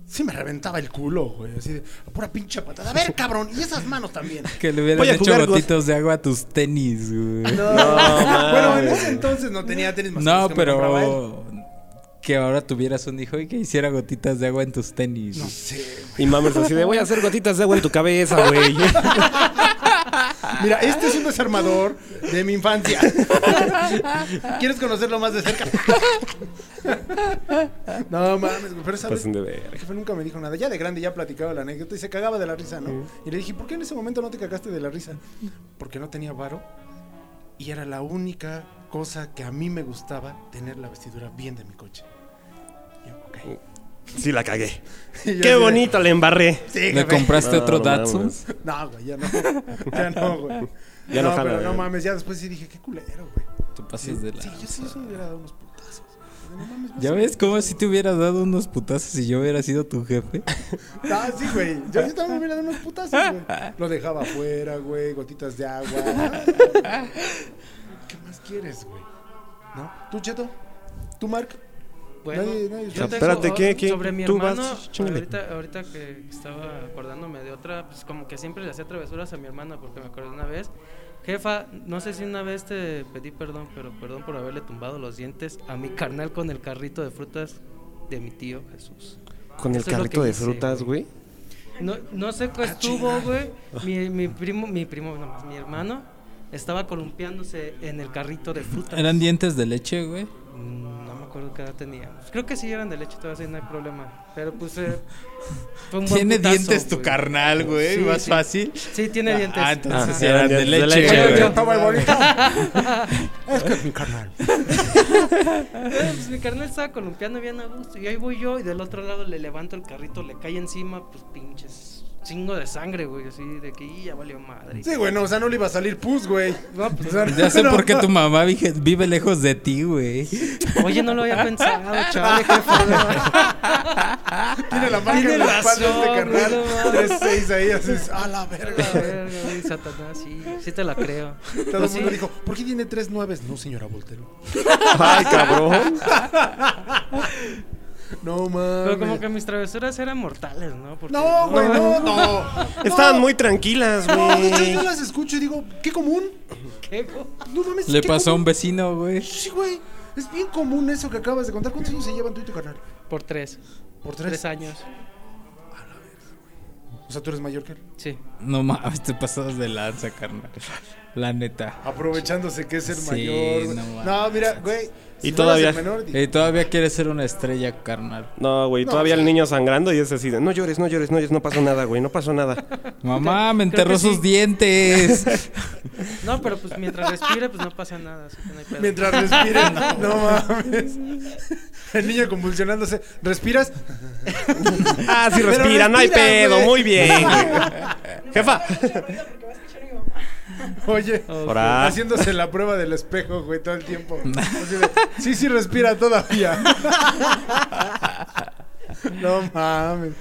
[SPEAKER 2] sí me reventaba el culo, güey, así de, a pura pinche patada. A ver, cabrón, y esas manos <laughs> también.
[SPEAKER 4] Que le hubieran
[SPEAKER 3] Voy a
[SPEAKER 4] hecho
[SPEAKER 3] jugar, Gus.
[SPEAKER 4] gotitos de agua a tus tenis, güey. No,
[SPEAKER 2] bueno, en ese entonces no tenía tenis más pues, que los que me compraba él.
[SPEAKER 4] pero que ahora tuvieras un hijo y que hiciera gotitas de agua en tus tenis.
[SPEAKER 2] No sé.
[SPEAKER 3] Y mames así de, voy a hacer gotitas de agua en tu cabeza, <laughs> güey.
[SPEAKER 2] Mira, este es un desarmador de mi <laughs> infancia. ¿Quieres conocerlo más de cerca? <laughs> no mames, güey, pero esa vez
[SPEAKER 3] Pasen de ver.
[SPEAKER 2] El jefe nunca me dijo nada. Ya de grande ya platicaba la anécdota y se cagaba de la risa, ¿no? Y le dije, ¿por qué en ese momento no te cagaste de la risa? Porque no tenía varo y era la única cosa que a mí me gustaba tener la vestidura bien de mi coche. Y yo, ok.
[SPEAKER 3] Sí la cagué.
[SPEAKER 2] <laughs> Y yo así
[SPEAKER 3] Qué
[SPEAKER 2] de,
[SPEAKER 3] bonito, le embarré.
[SPEAKER 2] Sí,
[SPEAKER 4] ¿Le
[SPEAKER 2] jefe.
[SPEAKER 4] compraste
[SPEAKER 3] No,
[SPEAKER 4] otro
[SPEAKER 3] no
[SPEAKER 4] Datsun?
[SPEAKER 3] mames.
[SPEAKER 2] <laughs> No, güey, ya no. Ya no, güey.
[SPEAKER 3] Ya no jala,
[SPEAKER 2] pero no
[SPEAKER 3] güey.
[SPEAKER 2] mames, ya después sí dije, qué culero, güey.
[SPEAKER 4] Tú pasas de la...
[SPEAKER 2] Sí, yo sí les hubiera dado unos putazos. No mames, no
[SPEAKER 4] ¿Ya
[SPEAKER 2] sé.
[SPEAKER 4] ves cómo si te hubiera dado unos putazos si yo hubiera sido tu jefe?
[SPEAKER 2] Ah, sí, güey. Yo sí también me hubiera dado unos putazos, güey. Lo dejaba afuera, güey. Gotitas de agua.
[SPEAKER 5] <laughs>
[SPEAKER 2] ¿Qué más quieres, güey? ¿No? ¿Tú, Cheto? ¿Tú, Mark?
[SPEAKER 5] Bueno,
[SPEAKER 2] Nadie- nadie-
[SPEAKER 5] yo tengo-
[SPEAKER 3] Espérate, ¿qué? ¿Qué?
[SPEAKER 5] Sobre mi
[SPEAKER 3] Tú vas,
[SPEAKER 5] hermano,
[SPEAKER 3] chingale.
[SPEAKER 5] ahorita, ahorita que estaba acordándome de otra, pues como que siempre le hacía travesuras a mi hermano, porque me acordé una vez. Jefa, no sé si una vez te pedí perdón, pero perdón por haberle tumbado los dientes a mi carnal con el carrito de frutas de mi tío Jesús.
[SPEAKER 3] Con el
[SPEAKER 5] Eso es lo
[SPEAKER 3] carrito
[SPEAKER 5] que
[SPEAKER 3] de
[SPEAKER 5] hice,
[SPEAKER 3] frutas, güey.
[SPEAKER 5] No, no sé
[SPEAKER 3] Ah,
[SPEAKER 5] qué estuvo, güey. Mi, mi primo, mi primo, no más, mi hermano estaba columpiándose en el carrito de frutas.
[SPEAKER 4] Eran dientes de leche, güey.
[SPEAKER 5] Mm, No me acuerdo qué edad teníamos. Creo que sí eran de leche, todavía sí, no hay problema. Pero pues eh, fue un buen
[SPEAKER 4] Tiene
[SPEAKER 5] putazo,
[SPEAKER 4] dientes tu
[SPEAKER 5] güey.
[SPEAKER 4] carnal, güey.
[SPEAKER 5] Sí,
[SPEAKER 4] más
[SPEAKER 5] sí.
[SPEAKER 4] fácil.
[SPEAKER 5] Sí, tiene dientes.
[SPEAKER 4] Ah, entonces
[SPEAKER 5] Ajá.
[SPEAKER 4] sí eran de
[SPEAKER 3] Eran dientes
[SPEAKER 4] leche,
[SPEAKER 3] de leche,
[SPEAKER 4] güey.
[SPEAKER 3] güey.
[SPEAKER 2] Está muy bonito. es que es mi carnal.
[SPEAKER 5] Eh, pues, mi carnal estaba columpiando bien a gusto. Y ahí voy yo, y del otro lado le levanto el carrito, le cae encima, pues pinches. Chingo de sangre, güey. Así de que "Y, ya valió madre.
[SPEAKER 2] Sí, güey, no, o sea, no le iba a salir pus, güey.
[SPEAKER 5] No, pues,
[SPEAKER 2] O sea,
[SPEAKER 4] <laughs> Ya sé
[SPEAKER 2] no.
[SPEAKER 4] por qué tu mamá vige- vive lejos de
[SPEAKER 2] <laughs>
[SPEAKER 4] ti, güey.
[SPEAKER 5] Oye, no lo había pensado,
[SPEAKER 4] <laughs>
[SPEAKER 5] chaval. jefe.
[SPEAKER 2] Tiene la marca
[SPEAKER 5] Tiene
[SPEAKER 2] en la espalda
[SPEAKER 5] razón,
[SPEAKER 2] este
[SPEAKER 5] güey,
[SPEAKER 2] carnal.
[SPEAKER 5] no mames.
[SPEAKER 2] 3-6 ahí, así, a la verga.
[SPEAKER 5] A ver, güey, Satanás, sí, sí te la creo.
[SPEAKER 2] Todo el
[SPEAKER 5] Pues Sí.
[SPEAKER 2] mundo dijo, ¿por qué tiene tres nueves? No, señora, voltero.
[SPEAKER 3] Ay, <laughs> cabrón.
[SPEAKER 2] No mames.
[SPEAKER 5] Pero como que mis travesuras eran mortales, ¿no? Porque-
[SPEAKER 2] No, güey, no, no.
[SPEAKER 3] Estaban muy tranquilas,
[SPEAKER 2] No, de hecho,
[SPEAKER 3] <laughs> güey.
[SPEAKER 2] yo las escucho y digo, qué común.
[SPEAKER 5] ¿Qué? güey?
[SPEAKER 2] No mames.
[SPEAKER 4] Le
[SPEAKER 2] qué
[SPEAKER 4] pasó a
[SPEAKER 2] común.
[SPEAKER 4] un vecino, güey.
[SPEAKER 2] Sí, güey. Es bien común eso que acabas de contar. ¿Cuántos años se llevan tú y tu carnal?
[SPEAKER 5] Por tres.
[SPEAKER 2] Por tres.
[SPEAKER 5] Tres años.
[SPEAKER 2] O O sea, tú eres mayor que él.
[SPEAKER 5] Sí.
[SPEAKER 4] No mames, te pasas de lanza, carnal. La neta.
[SPEAKER 2] Aprovechándose que es el
[SPEAKER 4] Sí,
[SPEAKER 2] mayor. güey.
[SPEAKER 4] no
[SPEAKER 2] No,
[SPEAKER 4] mames.
[SPEAKER 2] mira, güey.
[SPEAKER 3] Y
[SPEAKER 2] fueras
[SPEAKER 3] todavía-
[SPEAKER 2] el menor, di-
[SPEAKER 4] Y todavía quieres ser una estrella, carnal.
[SPEAKER 3] No, güey,
[SPEAKER 2] No,
[SPEAKER 3] todavía
[SPEAKER 2] o sea-
[SPEAKER 3] el niño sangrando y es así de, no llores, no llores, no llores, no pasó nada, güey, no
[SPEAKER 2] <laughs>
[SPEAKER 3] pasó nada. <laughs>
[SPEAKER 4] Mamá, me
[SPEAKER 5] creo que
[SPEAKER 4] enterró
[SPEAKER 5] sí.
[SPEAKER 4] sus dientes.
[SPEAKER 5] No, pero pues mientras respire, pues no pasa nada. así que no hay pedo.
[SPEAKER 2] Mientras respire, no. mames. El niño convulsionándose. ¿Respiras?
[SPEAKER 3] Ah, sí,
[SPEAKER 2] Pero
[SPEAKER 3] respira, no hay
[SPEAKER 2] respira,
[SPEAKER 3] pedo,
[SPEAKER 2] güey.
[SPEAKER 3] muy bien.
[SPEAKER 2] <laughs>
[SPEAKER 3] Jefa.
[SPEAKER 2] <laughs> Oye.
[SPEAKER 3] Ahora.
[SPEAKER 2] Haciéndose la prueba del espejo, güey, todo el
[SPEAKER 3] <laughs>
[SPEAKER 2] tiempo. Así de, sí, sí, respira todavía. <laughs> No mames.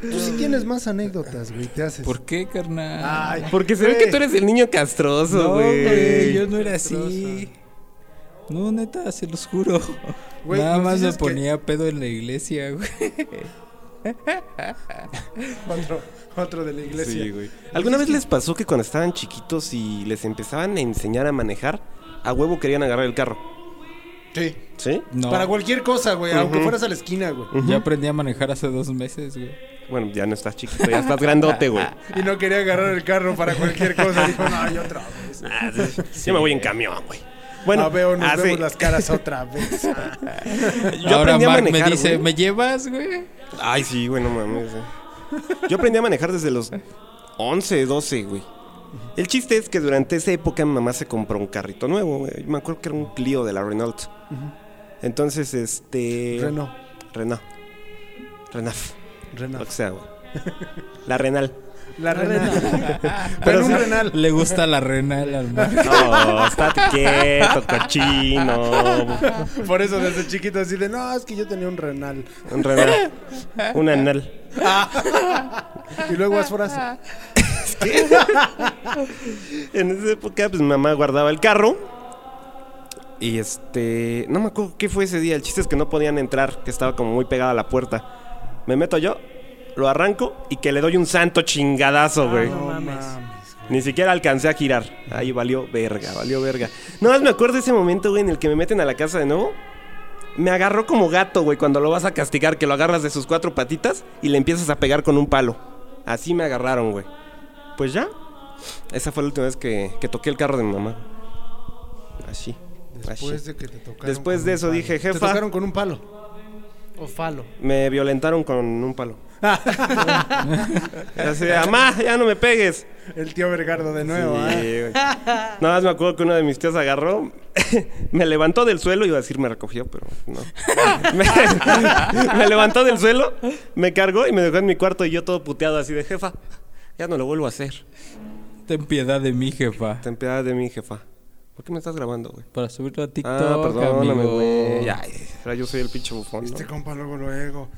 [SPEAKER 2] Tú sí tienes más anécdotas, güey, te haces.
[SPEAKER 4] ¿Por qué, carnal?
[SPEAKER 2] Ay,
[SPEAKER 3] Porque se ve que tú eres el niño castroso,
[SPEAKER 4] No, güey,
[SPEAKER 3] güey.
[SPEAKER 4] yo no era así. No, neta, se los juro.
[SPEAKER 2] Güey,
[SPEAKER 4] Nada
[SPEAKER 2] nos
[SPEAKER 4] más me
[SPEAKER 2] dices que-
[SPEAKER 4] ponía pedo en la iglesia, güey.
[SPEAKER 2] Otro, otro de la iglesia.
[SPEAKER 3] Sí, güey. ¿Alguna vez les pasó que cuando estaban chiquitos y les empezaban a enseñar a manejar, a huevo querían agarrar el carro?
[SPEAKER 2] Sí.
[SPEAKER 3] ¿Sí?
[SPEAKER 4] No,
[SPEAKER 2] Para cualquier cosa, güey, aunque fueras a la esquina, güey.
[SPEAKER 4] yo aprendí a manejar hace dos meses, güey.
[SPEAKER 3] Bueno, ya no estás chiquito, ya estás
[SPEAKER 2] <laughs>
[SPEAKER 3] grandote, güey.
[SPEAKER 2] Y no quería agarrar el carro para cualquier cosa. Dijo, no, yo otra vez.
[SPEAKER 3] Yo me voy en camión, güey. Bueno,
[SPEAKER 2] Ah, veo, nos
[SPEAKER 3] ah, sí.
[SPEAKER 2] vemos las caras otra
[SPEAKER 3] <laughs>
[SPEAKER 2] vez. Ah,
[SPEAKER 3] yo
[SPEAKER 4] Ahora
[SPEAKER 3] aprendí a
[SPEAKER 4] Mark
[SPEAKER 3] manejar,
[SPEAKER 4] me dice,
[SPEAKER 3] güey.
[SPEAKER 4] ¿me llevas, güey?
[SPEAKER 3] Ay, sí, güey, no mames. eh. Yo aprendí a manejar desde los 11, 12, güey. El chiste es que durante esa época mi mamá se compró un carrito nuevo, güey. Me acuerdo que era un Clio de la Renault. Entonces, este...
[SPEAKER 2] Renault.
[SPEAKER 3] Renault. Renaf. Lo
[SPEAKER 2] Renal.
[SPEAKER 3] que sea, güey. La Renal.
[SPEAKER 2] La <laughs> renal. Pero,
[SPEAKER 3] Pero
[SPEAKER 2] un
[SPEAKER 3] sí.
[SPEAKER 2] renal.
[SPEAKER 4] Le gusta la renal
[SPEAKER 3] <laughs>
[SPEAKER 4] al Mark.
[SPEAKER 3] No, estate quieto, cochino.
[SPEAKER 2] Por eso desde chiquito así de, no, es que yo tenía un renal.
[SPEAKER 3] Un renal. Un anal.
[SPEAKER 2] Y luego haz frase.
[SPEAKER 3] En esa época, pues mi mamá guardaba el carro. Y este. No me acuerdo qué fue ese día. El chiste es que no podían entrar, que estaba como muy pegada a la puerta. Me meto yo, lo arranco y que le doy un santo chingadazo, güey.
[SPEAKER 5] No mames.
[SPEAKER 3] Ni siquiera alcancé a girar. Ahí valió verga, valió verga. Nada más me acuerdo de ese momento, güey, en el que me meten a la casa de nuevo. Me agarró como gato, güey, cuando lo vas a castigar, que lo agarras de sus cuatro patitas y le empiezas a pegar con un palo. Así me agarraron, güey. Pues ya. Esa fue la última vez que, que toqué el carro de mi mamá. Así.
[SPEAKER 2] Después
[SPEAKER 3] así.
[SPEAKER 2] de que te tocaron.
[SPEAKER 3] Después
[SPEAKER 2] con
[SPEAKER 3] de
[SPEAKER 2] un
[SPEAKER 3] eso
[SPEAKER 2] palo.
[SPEAKER 3] dije,
[SPEAKER 2] Te
[SPEAKER 3] "Jefa".
[SPEAKER 2] tocaron con un palo.
[SPEAKER 5] O falo.
[SPEAKER 3] Me violentaron con un palo. Así de, mamá, ya no me pegues.
[SPEAKER 2] <laughs> El tío Vergardo de nuevo,
[SPEAKER 3] Sí,
[SPEAKER 2] ¿ah?
[SPEAKER 3] güey. <laughs> Nada más me acuerdo que uno de mis tíos agarró, <laughs> me levantó del suelo, iba a decir me recogió, pero no. <laughs> me, me levantó del suelo, me cargó y me dejó en mi cuarto y yo todo puteado así de jefa. Ya no lo vuelvo a hacer.
[SPEAKER 4] Ten piedad de mí, jefa.
[SPEAKER 3] Ten piedad de mí, jefa. ¿Por qué me estás grabando, güey?
[SPEAKER 4] Para subirlo a TikTok,
[SPEAKER 3] Ah, perdóname,
[SPEAKER 4] amigo.
[SPEAKER 3] güey. Ay, ahora yo soy el pinche bufón. ¿no?
[SPEAKER 2] Este compa luego luego.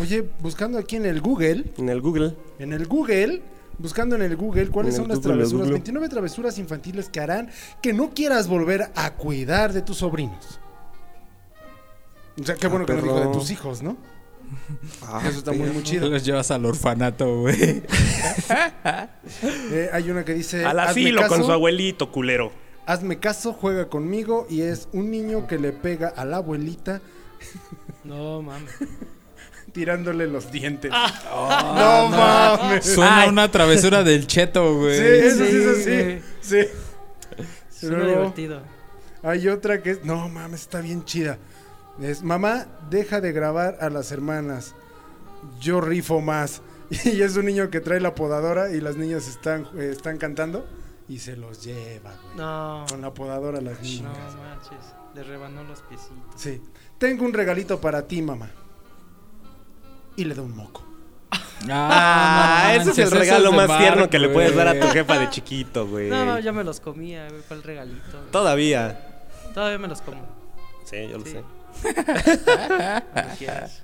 [SPEAKER 2] Oye, buscando aquí en el Google,
[SPEAKER 3] En el Google.
[SPEAKER 2] en el Google, buscando en el Google, ¿cuáles
[SPEAKER 3] En el
[SPEAKER 2] son las
[SPEAKER 3] Google,
[SPEAKER 2] travesuras?
[SPEAKER 3] Google.
[SPEAKER 2] 29 travesuras infantiles que harán que no quieras volver a cuidar de tus sobrinos. O sea, qué
[SPEAKER 3] Ah,
[SPEAKER 2] bueno que no dijo
[SPEAKER 3] perro.
[SPEAKER 2] de tus hijos, ¿no?
[SPEAKER 3] Ah,
[SPEAKER 2] Eso está muy, muy chido.
[SPEAKER 3] <laughs>
[SPEAKER 4] Los llevas al orfanato, güey.
[SPEAKER 2] Eh, hay una que dice...
[SPEAKER 3] Al
[SPEAKER 2] "Hazme
[SPEAKER 3] asilo con
[SPEAKER 2] caso,
[SPEAKER 3] su abuelito, culero.
[SPEAKER 2] Hazme caso, juega conmigo y es un niño que le pega a la abuelita
[SPEAKER 5] No mames.
[SPEAKER 2] tirándole los dientes. no,
[SPEAKER 3] Ah,
[SPEAKER 2] mames.
[SPEAKER 4] Suena una travesura del cheto, güey.
[SPEAKER 2] Sí, eso sí, eso
[SPEAKER 5] Sí,
[SPEAKER 2] sí.
[SPEAKER 5] güey.
[SPEAKER 2] Sí.
[SPEAKER 5] Suena
[SPEAKER 2] Luego-
[SPEAKER 5] divertido.
[SPEAKER 2] Hay otra que es. No mames, está bien chida. Es mamá, deja de grabar a las hermanas. Yo rifo más. <laughs> Y es un niño que trae la podadora y las niñas están, eh, están cantando y se los lleva, güey.
[SPEAKER 5] No.
[SPEAKER 2] Con la podadora las
[SPEAKER 5] No
[SPEAKER 2] niñas.
[SPEAKER 5] manches. Le rebanó los piecitos.
[SPEAKER 2] Sí. Tengo un regalito para ti, mamá. Y le da un moco.
[SPEAKER 4] Ah,
[SPEAKER 3] Ah,
[SPEAKER 4] no
[SPEAKER 3] ese es el
[SPEAKER 4] manches,
[SPEAKER 3] regalo
[SPEAKER 4] de
[SPEAKER 3] más
[SPEAKER 4] Mark,
[SPEAKER 3] tierno que le puedes dar a tu
[SPEAKER 4] güey.
[SPEAKER 3] jefa de chiquito, güey.
[SPEAKER 5] No, no, yo me los comía, güey. Fue el regalito. güey.
[SPEAKER 3] Todavía.
[SPEAKER 5] Todavía me los como.
[SPEAKER 3] Sí, yo lo
[SPEAKER 5] Sí.
[SPEAKER 3] sé.
[SPEAKER 5] cuando quieras.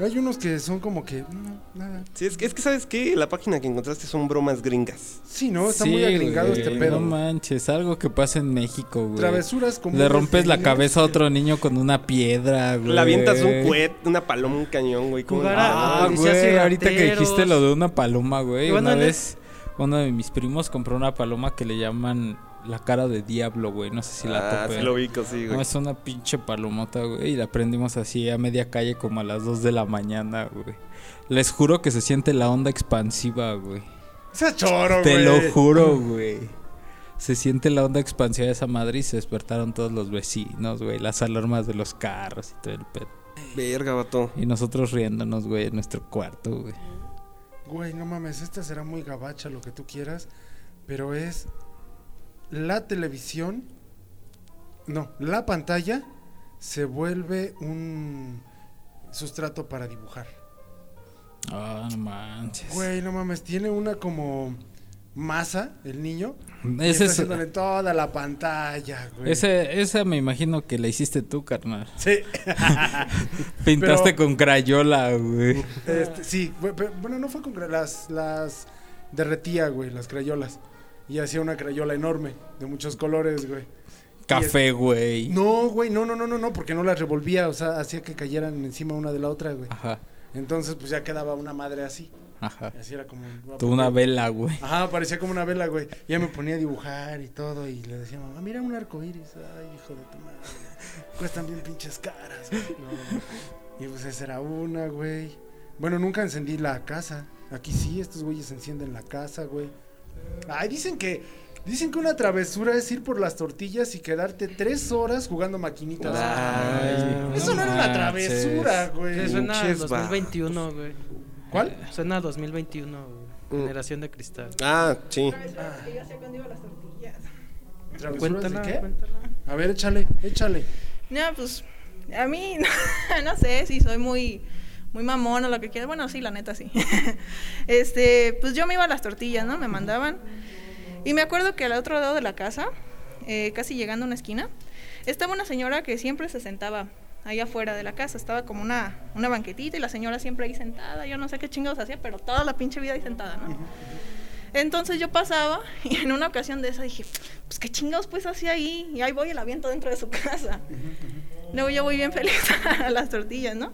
[SPEAKER 2] Hay unos que son como que. no, nada.
[SPEAKER 3] Sí, es que, es que ¿sabes qué? La página que encontraste son bromas gringas.
[SPEAKER 2] Sí, ¿no? Está
[SPEAKER 4] Sí,
[SPEAKER 2] muy agringado
[SPEAKER 4] güey,
[SPEAKER 2] este pedo.
[SPEAKER 4] No manches, algo que pasa en México, güey.
[SPEAKER 2] Travesuras como.
[SPEAKER 4] Le rompes la cabeza a otro niño con una piedra, güey.
[SPEAKER 3] Le avientas un cohete, una paloma, un cañón, güey. ¿cómo
[SPEAKER 5] Jugar
[SPEAKER 3] no?
[SPEAKER 5] a-
[SPEAKER 4] Ah,
[SPEAKER 5] Ah,
[SPEAKER 4] güey,
[SPEAKER 5] policías
[SPEAKER 4] ahorita que
[SPEAKER 5] rateros.
[SPEAKER 4] dijiste lo de una paloma, güey.
[SPEAKER 5] Y bueno,
[SPEAKER 4] una
[SPEAKER 5] en
[SPEAKER 4] vez uno de mis primos compró una paloma que le llaman la cara de diablo, güey. No sé si la
[SPEAKER 3] Ah,
[SPEAKER 4] tope.
[SPEAKER 3] sí lo ubico, sí,
[SPEAKER 4] No,
[SPEAKER 3] güey.
[SPEAKER 4] es una pinche palomota, güey. Y la prendimos así a media calle como a las 2 de la mañana, güey. Les juro que se siente la onda expansiva, güey.
[SPEAKER 2] Ese choro, güey.
[SPEAKER 4] Te lo juro, güey. Se siente la onda expansiva de esa madre y se despertaron todos los vecinos, güey. Las alarmas de los carros y todo el pedo.
[SPEAKER 3] Verga, vato.
[SPEAKER 4] Y nosotros riéndonos, güey, en nuestro cuarto, güey.
[SPEAKER 2] Güey, no mames, esta será muy gabacha, lo que tú quieras, pero es la televisión, no, la pantalla se vuelve un sustrato para dibujar.
[SPEAKER 4] Ah, no manches.
[SPEAKER 2] Güey, no mames, tiene una como masa el niño. y está
[SPEAKER 4] Ese es- e-
[SPEAKER 2] haciéndole toda la pantalla, güey.
[SPEAKER 4] Ese, esa me imagino que la hiciste
[SPEAKER 2] <laughs>
[SPEAKER 4] tú, carnal.
[SPEAKER 2] Sí.
[SPEAKER 4] Pintaste
[SPEAKER 2] Pero-
[SPEAKER 4] con crayola, güey.
[SPEAKER 2] Este, sí, bu- bu- bueno, no fue con cra- las las derretía, güey, las crayolas. Y hacía una crayola enorme de muchos colores, güey.
[SPEAKER 4] Café, güey.
[SPEAKER 2] No, güey, no, no, no, no, no, porque no las revolvía, o sea, hacía que cayeran encima una de la otra, güey.
[SPEAKER 4] Ajá,
[SPEAKER 2] Entonces, pues ya quedaba una madre así.
[SPEAKER 4] ajá.
[SPEAKER 2] Así era como.
[SPEAKER 4] Tú una vela, güey.
[SPEAKER 2] Ajá, parecía como una vela, güey. Ya me ponía a dibujar y todo, y le decía, mamá, mira un arco iris. Ay, hijo de tu madre. Cuestan bien pinches caras, güey. No. Y pues esa era una, güey. Bueno, nunca encendí la casa. Aquí sí, estos güeyes encienden la casa, güey. Ay, dicen que. Dicen que una travesura es ir por las tortillas y quedarte tres horas jugando maquinitas.
[SPEAKER 3] Ay,
[SPEAKER 2] Eso no era una travesura,
[SPEAKER 5] Ah. Sí,
[SPEAKER 2] güey.
[SPEAKER 5] suena a
[SPEAKER 3] Pinches
[SPEAKER 5] 2021, güey.
[SPEAKER 2] ¿Cuál?
[SPEAKER 5] Suena a 2021, güey.
[SPEAKER 3] Mm.
[SPEAKER 5] Generación de cristal.
[SPEAKER 3] Ah, sí.
[SPEAKER 7] Yo hacía cuando iba a las tortillas.
[SPEAKER 2] ¿Travesuras de
[SPEAKER 5] Cuéntala,
[SPEAKER 2] qué?
[SPEAKER 5] cuéntala.
[SPEAKER 2] A ver, échale, échale.
[SPEAKER 7] No, pues a mí, <laughs> no sé si soy muy, muy mamón o lo que quieras. Bueno, sí, la neta sí. <laughs> este, pues yo me iba a las tortillas, ¿no? Me mandaban. Y me acuerdo que al otro lado de la casa, eh, casi llegando a una esquina, estaba una señora que siempre se sentaba ahí afuera de la casa. Estaba como una, una banquetita y la señora siempre ahí sentada. Yo no sé qué chingados hacía, pero toda la pinche vida ahí sentada, ¿no? Entonces yo pasaba <laughs> y en una ocasión de esa dije, pues qué chingados pues hacía ahí. Y ahí voy el aviento dentro de su <laughs> casa. Luego yo voy bien feliz <laughs> a las tortillas, ¿no?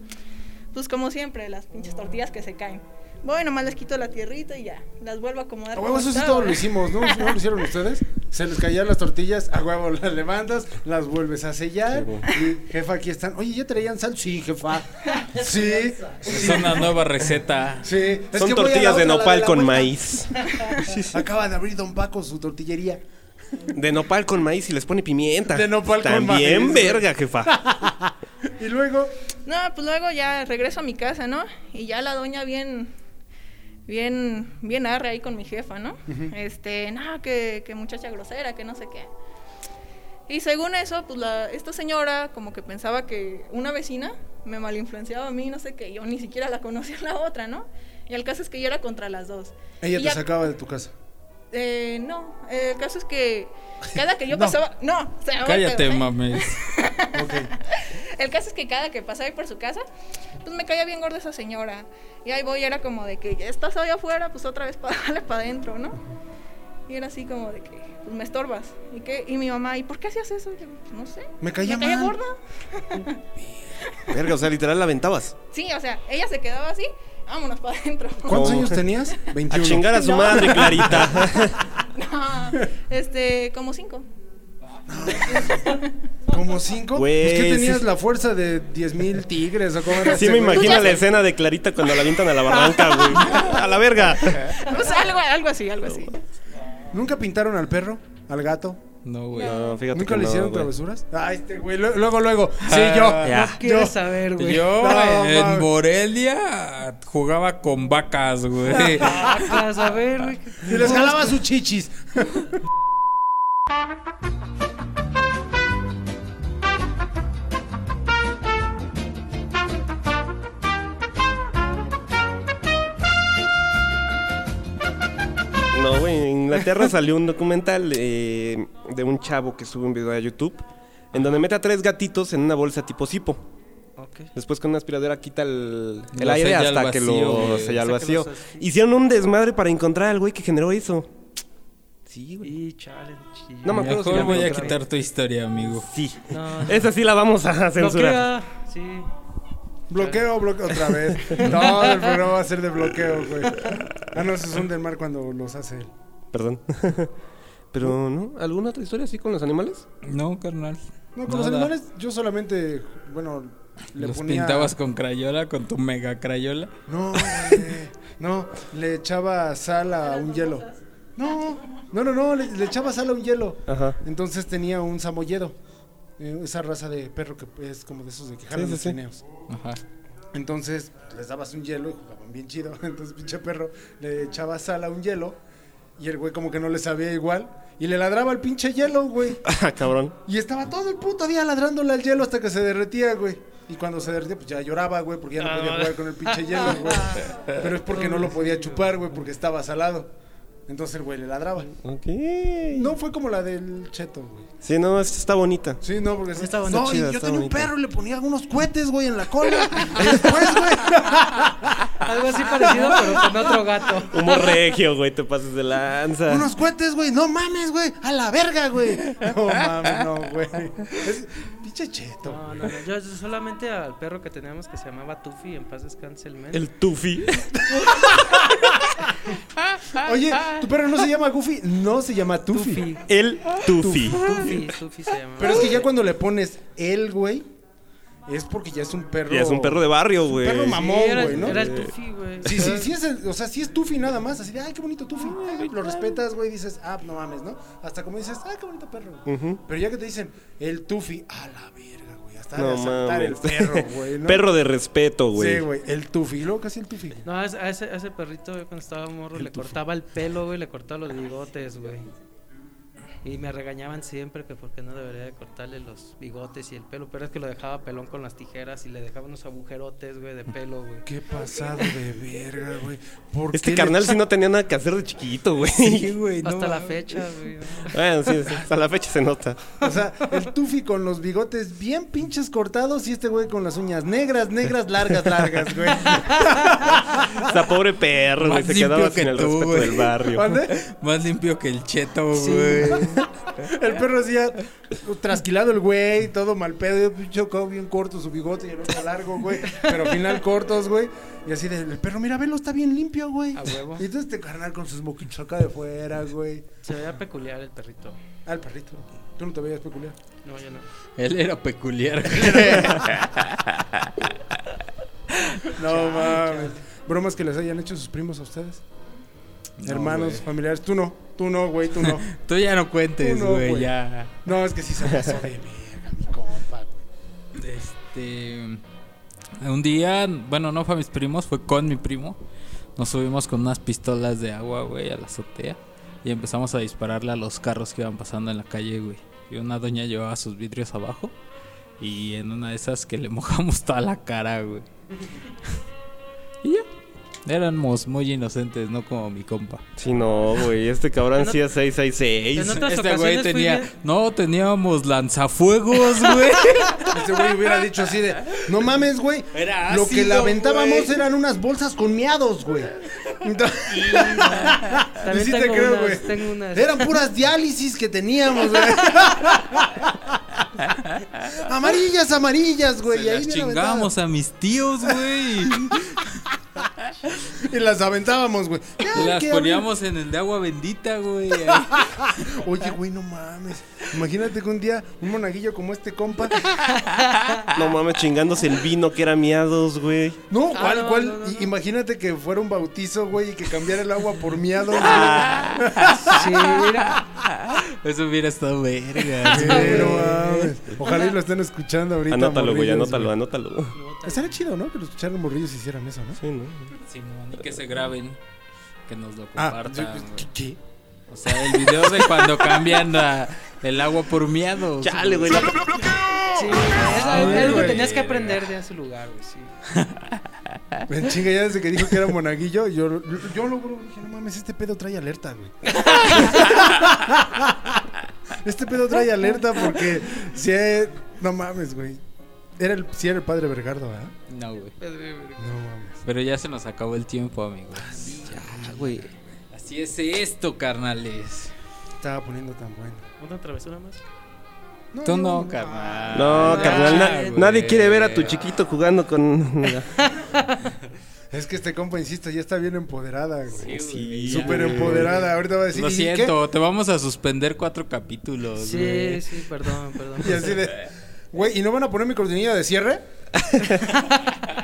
[SPEAKER 7] Pues como siempre, las pinches tortillas que se caen. Voy, nomás les quito la tierrita y ya. Las vuelvo a acomodar.
[SPEAKER 2] A
[SPEAKER 7] como
[SPEAKER 2] huevo, eso sí
[SPEAKER 7] estaban.
[SPEAKER 2] todo lo hicimos, ¿no? ¿No lo hicieron ustedes? Se les caían las tortillas, a huevo las levantas, las vuelves a sellar. Y, jefa, aquí están. Oye, ¿ya traían sal? Sí,
[SPEAKER 7] <laughs>
[SPEAKER 2] jefa. Sí,
[SPEAKER 4] Es
[SPEAKER 2] sí,
[SPEAKER 4] una nueva receta.
[SPEAKER 2] sí. Es
[SPEAKER 3] Son
[SPEAKER 2] que voy a la
[SPEAKER 3] tortillas de
[SPEAKER 2] otra, la
[SPEAKER 3] nopal
[SPEAKER 2] la
[SPEAKER 3] con
[SPEAKER 2] vuelta. <laughs>
[SPEAKER 3] maíz.
[SPEAKER 2] Acaba de abrir Don Paco su tortillería.
[SPEAKER 3] De nopal con maíz y les pone pimienta.
[SPEAKER 2] De nopal con
[SPEAKER 3] También
[SPEAKER 2] maíz.
[SPEAKER 3] verga, jefa.
[SPEAKER 2] Y luego,
[SPEAKER 7] No, pues luego ya regreso a mi casa, ¿no? Y ya la doña bien, bien, bien arre ahí con mi jefa, ¿no? Este, no, que, que muchacha grosera, que no sé qué. Y según eso, pues la, esta señora como que pensaba que una vecina me malinfluenciaba a mí, no sé qué, yo ni siquiera la conocía a la otra, ¿no? Y el caso es que yo era contra las dos.
[SPEAKER 2] ella
[SPEAKER 7] Y
[SPEAKER 2] te
[SPEAKER 7] ya-
[SPEAKER 2] sacaba de tu casa.
[SPEAKER 7] Eh, no, eh, el caso es que cada que yo
[SPEAKER 2] No.
[SPEAKER 7] pasaba... No, o sea, ahorita,
[SPEAKER 4] Cállate,
[SPEAKER 7] ¿eh?
[SPEAKER 4] mames.
[SPEAKER 2] Ok.
[SPEAKER 7] El caso es que cada que pasaba ahí por su casa, pues me caía bien gorda esa señora. Y ahí voy, era como de que ya estás allá afuera, pues otra vez <laughs> para darle para adentro, ¿no? Y era así como de que pues, me estorbas. ¿Y, qué? y mi mamá, ¿y por qué hacías eso? Y yo, pues, no sé.
[SPEAKER 2] Me caía
[SPEAKER 7] me caía
[SPEAKER 2] mal.
[SPEAKER 7] gorda.
[SPEAKER 3] Verga, o sea, literal la aventabas.
[SPEAKER 7] Sí, o sea, ella se quedaba así, vámonos para adentro. <laughs>
[SPEAKER 2] ¿Cuántos
[SPEAKER 3] No.
[SPEAKER 2] años tenías? 21.
[SPEAKER 3] A chingar a su madre, Clarita.
[SPEAKER 7] No, este, como cinco. <laughs>
[SPEAKER 2] ¿Como cinco?
[SPEAKER 3] Güey,
[SPEAKER 2] Pues que
[SPEAKER 3] sí.
[SPEAKER 2] tenías la fuerza de 10 mil tigres o cómo era
[SPEAKER 3] Sí
[SPEAKER 2] ese,
[SPEAKER 3] me
[SPEAKER 2] güey?
[SPEAKER 3] imagino
[SPEAKER 7] Tú ya
[SPEAKER 3] la
[SPEAKER 7] sé.
[SPEAKER 3] escena de Clarita cuando la avientan a la barranca, güey. A la verga.
[SPEAKER 7] Pues algo, algo así, algo así.
[SPEAKER 2] ¿Nunca pintaron al perro? ¿Al gato?
[SPEAKER 4] No, güey.
[SPEAKER 3] No, fíjate
[SPEAKER 2] ¿Nunca
[SPEAKER 3] que
[SPEAKER 2] le
[SPEAKER 3] no,
[SPEAKER 2] hicieron
[SPEAKER 3] güey. Ah,
[SPEAKER 2] travesuras? Ah, este güey, lu- luego, luego. Sí, yo.
[SPEAKER 4] Ya.
[SPEAKER 5] No
[SPEAKER 2] Yo,
[SPEAKER 5] quiero saber, güey.
[SPEAKER 4] Yo
[SPEAKER 2] No,
[SPEAKER 4] en
[SPEAKER 2] mames.
[SPEAKER 4] Morelia jugaba con
[SPEAKER 2] <laughs>
[SPEAKER 4] vacas, güey.
[SPEAKER 5] Ah, Para saber, güey.
[SPEAKER 2] y les jalaba sus chichis.
[SPEAKER 3] No, güey, en <laughs> Inglaterra salió un documental eh, de un chavo que sube un video a YouTube en donde mete a tres gatitos en una bolsa tipo cipo.
[SPEAKER 5] Ok.
[SPEAKER 3] Después con una aspiradora quita el, el
[SPEAKER 4] Lo
[SPEAKER 3] aire
[SPEAKER 4] sella al
[SPEAKER 3] hasta que
[SPEAKER 4] vacío,
[SPEAKER 3] lo
[SPEAKER 4] güey.
[SPEAKER 3] sella al
[SPEAKER 5] O sea, que
[SPEAKER 3] vacío.
[SPEAKER 5] los as-
[SPEAKER 3] Hicieron un desmadre para encontrar al güey que generó eso. Sí, güey.
[SPEAKER 5] Y chale, chillón.
[SPEAKER 3] No me acuerdo si
[SPEAKER 4] Mejor
[SPEAKER 3] la
[SPEAKER 4] voy a
[SPEAKER 3] encontraron.
[SPEAKER 4] quitar tu historia, amigo.
[SPEAKER 3] Sí.
[SPEAKER 5] No, no.
[SPEAKER 3] Esa sí la vamos a censurar.
[SPEAKER 5] Bloquea. Sí.
[SPEAKER 2] Bloqueo, bloqueo, otra
[SPEAKER 3] <laughs>
[SPEAKER 2] vez. Todo el programa va a ser de bloqueo, güey. Ah, no, esos son del mar cuando los hace él.
[SPEAKER 3] Perdón. <laughs> Pero, ¿no? ¿Alguna otra historia así con los animales?
[SPEAKER 4] No, carnal.
[SPEAKER 2] No, con los
[SPEAKER 4] Nada.
[SPEAKER 2] animales yo solamente, bueno, le
[SPEAKER 4] Los
[SPEAKER 2] ponía...
[SPEAKER 4] pintabas con crayola, con tu mega crayola.
[SPEAKER 2] No, güey, no, le echaba sal a un hielo. No, no, no, no, le, le echaba sal a un hielo.
[SPEAKER 3] Ajá.
[SPEAKER 2] Entonces tenía un samoyedo, eh, esa raza de perro que es como de esos de que jalan
[SPEAKER 3] sí,
[SPEAKER 2] los
[SPEAKER 3] sí.
[SPEAKER 2] trineos.
[SPEAKER 4] Ajá.
[SPEAKER 2] Entonces les dabas un hielo y jugaban bien chido. <laughs> Entonces pinche perro le echaba sal a un hielo y el güey como que no le sabía igual y le ladraba al pinche hielo, güey.
[SPEAKER 3] Ah, <laughs> cabrón.
[SPEAKER 2] Y estaba todo el puto día ladrándole al hielo hasta que se derretía, güey. Y cuando se derretía, pues ya lloraba, güey, porque ya no podía jugar con el pinche hielo, güey. Pero es porque no lo podía chupar, güey, porque estaba salado. Entonces el güey le ladraba.
[SPEAKER 3] Ok.
[SPEAKER 2] No fue como la del cheto, güey.
[SPEAKER 3] Sí, no, esta está bonita.
[SPEAKER 2] Sí, no, porque sí.
[SPEAKER 5] Está
[SPEAKER 2] no,
[SPEAKER 5] bonita,
[SPEAKER 2] y
[SPEAKER 3] chida,
[SPEAKER 2] yo
[SPEAKER 3] está
[SPEAKER 2] tenía
[SPEAKER 3] bonita.
[SPEAKER 2] un perro y le ponía algunos cohetes, güey, en la cola. <laughs> Y después, güey.
[SPEAKER 5] Algo así parecido, pero con otro gato.
[SPEAKER 2] <laughs>
[SPEAKER 3] Humo regio, güey, te pases de lanza.
[SPEAKER 2] Unos cohetes, güey. No mames, güey. A la verga, güey. <laughs> No mames, no, güey. Es pinche cheto.
[SPEAKER 5] No, no, no, yo yo solamente al perro que teníamos que se llamaba Tufi, en paz descanse el men.
[SPEAKER 3] El tufi.
[SPEAKER 2] Oye, tu perro no se llama Goofy, no se llama Tuffy.
[SPEAKER 3] El tufi.
[SPEAKER 5] Tufi, Tufi se llamaba.
[SPEAKER 2] Pero es que ya cuando le pones el, güey, es porque ya es un perro.
[SPEAKER 3] Y es un perro de barrio, güey.
[SPEAKER 2] perro
[SPEAKER 5] Sí,
[SPEAKER 2] mamón,
[SPEAKER 5] era,
[SPEAKER 2] güey, ¿no?
[SPEAKER 5] era el Tufi, güey.
[SPEAKER 2] Sí,
[SPEAKER 5] <laughs>
[SPEAKER 2] sí, sí es, el- o sea, sí es Tufi nada más, así de, ay, qué bonito Tufi. Lo respetas, güey, dices, ah, no mames, ¿no? Hasta como dices, ay, qué bonito perro.
[SPEAKER 3] Ujú.
[SPEAKER 2] Pero ya que te dicen, el Tufi, a la verga, güey, hasta de
[SPEAKER 3] No
[SPEAKER 2] asaltar el
[SPEAKER 3] mames.
[SPEAKER 2] perro, güey, ¿no?
[SPEAKER 3] <laughs> Perro de respeto, güey.
[SPEAKER 2] Sí, güey, el Tufi, y luego casi el Tufi. güey.
[SPEAKER 5] No, a ese, a ese- a ese perrito, güey, cuando estaba morro, le cortaba el pelo, güey, le cortaba los bigotes, güey. Y me regañaban siempre que porque no debería de cortarle los bigotes y el pelo, pero es que lo dejaba pelón con las tijeras y le dejaba unos agujerotes, güey, de pelo, güey.
[SPEAKER 2] Qué pasado de verga, güey. ¿Por
[SPEAKER 3] Este
[SPEAKER 2] qué le-
[SPEAKER 3] <laughs> carnal sí no tenía nada que hacer de chiquito, güey.
[SPEAKER 4] güey,
[SPEAKER 5] Hasta la fecha, güey. ¿no?
[SPEAKER 3] Bueno, sí, sí, hasta la fecha se nota.
[SPEAKER 2] <laughs> O sea, el Tufi con los bigotes bien pinches cortados y este güey con las uñas negras, negras, largas, largas,
[SPEAKER 3] <laughs>
[SPEAKER 2] güey.
[SPEAKER 3] Hasta pobre perro, güey.
[SPEAKER 4] Más
[SPEAKER 3] Se quedaba
[SPEAKER 4] limpio que
[SPEAKER 3] sin el
[SPEAKER 4] tú,
[SPEAKER 3] respeto
[SPEAKER 4] güey.
[SPEAKER 3] del barrio.
[SPEAKER 2] ¿Mande?
[SPEAKER 4] Más limpio que el cheto, güey.
[SPEAKER 2] El perro así ya trasquilado el güey, todo mal pedo, pinche codo bien corto su bigote y el otro largo, güey. Pero al final cortos, güey. Y así de, el perro, mira, velo, está bien limpio, güey.
[SPEAKER 5] A huevo.
[SPEAKER 2] Y entonces este carnal con sus moquitos acá de fuera, güey.
[SPEAKER 5] Se veía peculiar el perrito.
[SPEAKER 2] Ah, el perrito. Tú no te veías peculiar.
[SPEAKER 5] No, yo no.
[SPEAKER 4] Él
[SPEAKER 2] <laughs>
[SPEAKER 4] era peculiar.
[SPEAKER 2] No mames. Bromas que les hayan hecho sus primos a ustedes.
[SPEAKER 4] No,
[SPEAKER 2] Hermanos,
[SPEAKER 4] güey.
[SPEAKER 2] familiares. Tú no, tú no, güey, tú
[SPEAKER 4] <laughs>
[SPEAKER 2] no.
[SPEAKER 4] Tú ya no cuentes,
[SPEAKER 2] Tú no,
[SPEAKER 4] güey,
[SPEAKER 2] güey.
[SPEAKER 4] ya.
[SPEAKER 2] No, es que sí se pasó de verga, mi compa, güey.
[SPEAKER 4] Este. Un día, bueno, no fue a mis primos, fue con mi primo. Nos subimos con unas pistolas de agua, güey, a la azotea. Y empezamos a dispararle a los carros que iban pasando en la calle, güey. Y una doña llevaba sus vidrios abajo. Y en una de esas que le <laughs> mojamos toda la cara,
[SPEAKER 2] <laughs>
[SPEAKER 4] güey. y ya. Éramos muy inocentes, no como mi compa.
[SPEAKER 3] Sí, no, güey. Este cabrón sí es
[SPEAKER 5] En
[SPEAKER 3] 666.
[SPEAKER 5] otras
[SPEAKER 4] Este güey
[SPEAKER 5] ocasiones fui
[SPEAKER 4] tenía.
[SPEAKER 5] bien-
[SPEAKER 4] No, teníamos
[SPEAKER 2] <laughs>
[SPEAKER 4] lanzafuegos, güey.
[SPEAKER 2] Ese güey hubiera dicho así de, no mames, güey.
[SPEAKER 4] Era
[SPEAKER 2] Lo
[SPEAKER 4] ácido,
[SPEAKER 2] que lamentábamos
[SPEAKER 4] güey.
[SPEAKER 2] eran unas bolsas con miados, güey. Entonces- <laughs>
[SPEAKER 5] También
[SPEAKER 2] sí te
[SPEAKER 5] tengo,
[SPEAKER 2] creo,
[SPEAKER 5] unas,
[SPEAKER 2] güey.
[SPEAKER 5] tengo unas.
[SPEAKER 2] eran puras diálisis que teníamos,
[SPEAKER 4] <laughs>
[SPEAKER 2] güey. amarillas, amarillas, güey.
[SPEAKER 4] Se
[SPEAKER 2] y ahí
[SPEAKER 4] las
[SPEAKER 2] bien
[SPEAKER 4] chingábamos a mis tíos, güey.
[SPEAKER 2] aventadas. Y las aventábamos, güey. Ay,
[SPEAKER 4] Y las
[SPEAKER 2] qué
[SPEAKER 4] poníamos en el de agua bendita, güey.
[SPEAKER 2] horrible. Oye, güey, no mames. Imagínate que un día un monaguillo como este compa.
[SPEAKER 3] No mames, chingándose el vino que era miados, güey.
[SPEAKER 2] No,
[SPEAKER 5] Ah,
[SPEAKER 2] ¿cuál,
[SPEAKER 5] no,
[SPEAKER 2] cuál?
[SPEAKER 5] no, no,
[SPEAKER 2] I-
[SPEAKER 5] no.
[SPEAKER 2] Imagínate que fuera un bautizo, güey, y que cambiara el agua por miados,
[SPEAKER 5] <laughs>
[SPEAKER 2] güey.
[SPEAKER 5] Ah, Sí, mira.
[SPEAKER 4] Eso hubiera estado verga.
[SPEAKER 2] Sí,
[SPEAKER 4] güey.
[SPEAKER 2] no mames. ah, Ojalá y lo estén escuchando ahorita.
[SPEAKER 3] Anótalo, güey,
[SPEAKER 2] morrillos,
[SPEAKER 3] anótalo, anótalo.
[SPEAKER 2] Estaría chido, ¿no? Que los escucharan morrillos y hicieran eso, ¿no?
[SPEAKER 3] Sí, no.
[SPEAKER 4] Simón, y que se graben. Que nos lo
[SPEAKER 2] Ah,
[SPEAKER 4] compartan.
[SPEAKER 2] yo-
[SPEAKER 4] güey.
[SPEAKER 2] ¿qué- ¿qué?
[SPEAKER 4] O sea, el video de cuando cambian la- el agua por miados.
[SPEAKER 3] Chale, güey. la-
[SPEAKER 2] <laughs>
[SPEAKER 5] Sí, es algo-
[SPEAKER 2] Sí,
[SPEAKER 5] algo que
[SPEAKER 2] güey.
[SPEAKER 5] tenías que aprender de su lugar, güey. Sí.
[SPEAKER 2] En chinga, ya desde que dijo que era monaguillo, yo, yo, yo lo juro, dije, no mames, este pedo trae alerta,
[SPEAKER 5] <laughs>
[SPEAKER 2] güey. este pedo trae alerta porque si es- No mames, güey. Era el, si era el padre Bergardo, ¿verdad?
[SPEAKER 4] No, güey.
[SPEAKER 2] No mames.
[SPEAKER 4] Pero ya se nos acabó el tiempo, amigos.
[SPEAKER 3] Ya, güey.
[SPEAKER 4] Así es esto, carnales.
[SPEAKER 2] Estaba poniendo tan bueno.
[SPEAKER 5] ¿Una travesura más?
[SPEAKER 4] Tú
[SPEAKER 2] yo-
[SPEAKER 4] no, carnal.
[SPEAKER 3] No,
[SPEAKER 5] Ah,
[SPEAKER 3] carnal, na-
[SPEAKER 5] güey.
[SPEAKER 3] nadie quiere ver a tu chiquito jugando con.
[SPEAKER 2] Es que este compa, insisto, ya está bien empoderada, güey.
[SPEAKER 3] Sí,
[SPEAKER 2] Súper
[SPEAKER 3] güey.
[SPEAKER 2] empoderada. Ahorita va a decir.
[SPEAKER 4] Lo
[SPEAKER 2] "¿Y qué?".
[SPEAKER 4] siento, te vamos a suspender cuatro capítulos.
[SPEAKER 5] Sí,
[SPEAKER 4] güey.
[SPEAKER 5] sí, perdón, perdón.
[SPEAKER 2] <laughs> Y así de, güey, ¿y no van a poner mi cortinilla de cierre?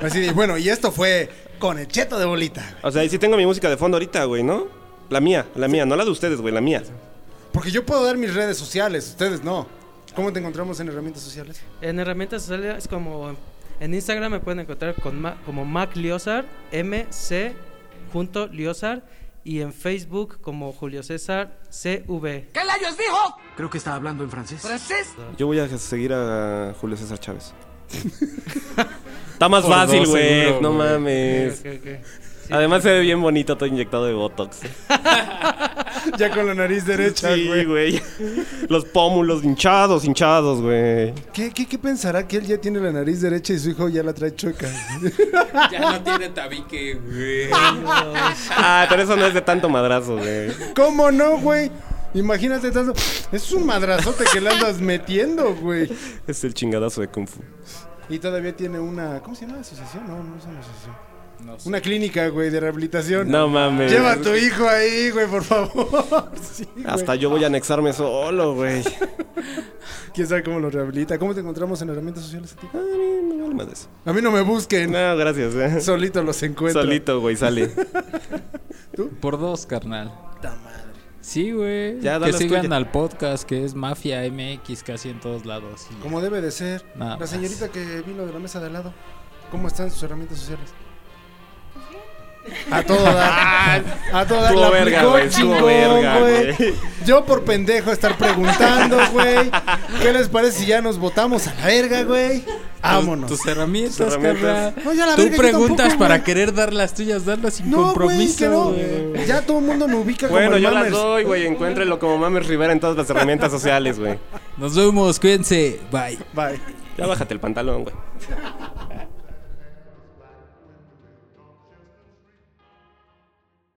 [SPEAKER 2] así de, bueno, y esto fue con el cheto de bolita.
[SPEAKER 3] O sea, y sí tengo mi música de fondo ahorita, güey, ¿no? La mía, la mía, no la de ustedes, güey, la mía.
[SPEAKER 2] Porque yo puedo dar mis redes sociales, ustedes no. ¿Cómo te encontramos en herramientas sociales?
[SPEAKER 5] En herramientas sociales como en Instagram me pueden encontrar con Ma- como Mac Liozar, MC junto Liozar y en Facebook como Julio César CV.
[SPEAKER 8] Creo que está hablando en francés.
[SPEAKER 3] Yo voy a seguir a Julio César Chávez. Está más
[SPEAKER 4] Por dos
[SPEAKER 3] fácil, güey.
[SPEAKER 4] seguro,
[SPEAKER 3] No
[SPEAKER 4] güey.
[SPEAKER 3] mames.
[SPEAKER 5] Ok, ok, ok.
[SPEAKER 3] Además se ve bien bonito todo inyectado de Botox.
[SPEAKER 2] Ya con la nariz derecha,
[SPEAKER 3] Sí,
[SPEAKER 2] güey.
[SPEAKER 3] güey. Los pómulos hinchados, hinchados, güey.
[SPEAKER 2] ¿Qué, qué, qué pensará que él ya tiene la nariz derecha y su hijo ya la trae chueca? <laughs>
[SPEAKER 4] Ya no tiene tabique, güey.
[SPEAKER 3] Ah, pero eso no es de tanto madrazo, güey.
[SPEAKER 2] ¿Cómo no, güey? Imagínate tanto. Es un madrazote que le andas metiendo, güey.
[SPEAKER 3] Es el chingadazo de Kung Fu.
[SPEAKER 2] Y todavía tiene una. ¿Cómo se llama? ¿Asociación? No, no es una asociación.
[SPEAKER 4] No sé.
[SPEAKER 2] Una clínica, güey, de rehabilitación.
[SPEAKER 3] No mames.
[SPEAKER 2] Lleva a tu hijo ahí, güey, por favor. <laughs> Sí, güey.
[SPEAKER 3] Hasta yo voy a anexarme solo, güey.
[SPEAKER 2] ¿Quién sabe cómo lo rehabilita? ¿Cómo te encontramos en herramientas sociales a ti?
[SPEAKER 3] A mí me vale madres.
[SPEAKER 2] A mí no me busquen.
[SPEAKER 3] No, gracias. eh.
[SPEAKER 2] Solito los encuentro.
[SPEAKER 3] Solito, güey, sale.
[SPEAKER 4] Por dos, carnal. Sí, güey.
[SPEAKER 3] Ya,
[SPEAKER 4] Que
[SPEAKER 3] danos
[SPEAKER 4] sigan
[SPEAKER 3] tuya.
[SPEAKER 4] al podcast que es Mafia MX casi en todos lados. Y-
[SPEAKER 2] Como debe de ser.
[SPEAKER 4] Nada
[SPEAKER 2] la
[SPEAKER 4] más.
[SPEAKER 2] señorita que vino de la mesa de al lado. ¿Cómo están sus herramientas sociales? A todo dar. A todo dar.
[SPEAKER 3] Estuvo
[SPEAKER 2] La
[SPEAKER 3] verga,
[SPEAKER 2] aplicó
[SPEAKER 3] güey, estuvo
[SPEAKER 2] chingón,
[SPEAKER 3] verga,
[SPEAKER 2] güey.
[SPEAKER 3] güey.
[SPEAKER 2] Yo por pendejo estar preguntando, güey. ¿Qué les parece si ya nos votamos a la verga, güey? Vámonos.
[SPEAKER 4] Tus herramientas,
[SPEAKER 3] Tus herramientas.
[SPEAKER 4] carnal.
[SPEAKER 2] No, ya la
[SPEAKER 4] Tú
[SPEAKER 2] verga, yo
[SPEAKER 4] preguntas
[SPEAKER 2] tampoco,
[SPEAKER 4] para
[SPEAKER 2] güey.
[SPEAKER 4] querer dar las tuyas, darlas sin
[SPEAKER 2] No, güey, que
[SPEAKER 4] compromiso.
[SPEAKER 2] no.
[SPEAKER 4] güey.
[SPEAKER 2] Ya todo el mundo me ubica como
[SPEAKER 3] Bueno,
[SPEAKER 2] el
[SPEAKER 3] yo las
[SPEAKER 2] Mammers.
[SPEAKER 3] doy, güey. Encuéntrenlo como Mames Rivera en todas las herramientas sociales, güey.
[SPEAKER 4] Nos vemos, cuídense. Bye.
[SPEAKER 2] Bye.
[SPEAKER 3] Ya bájate el pantalón, güey.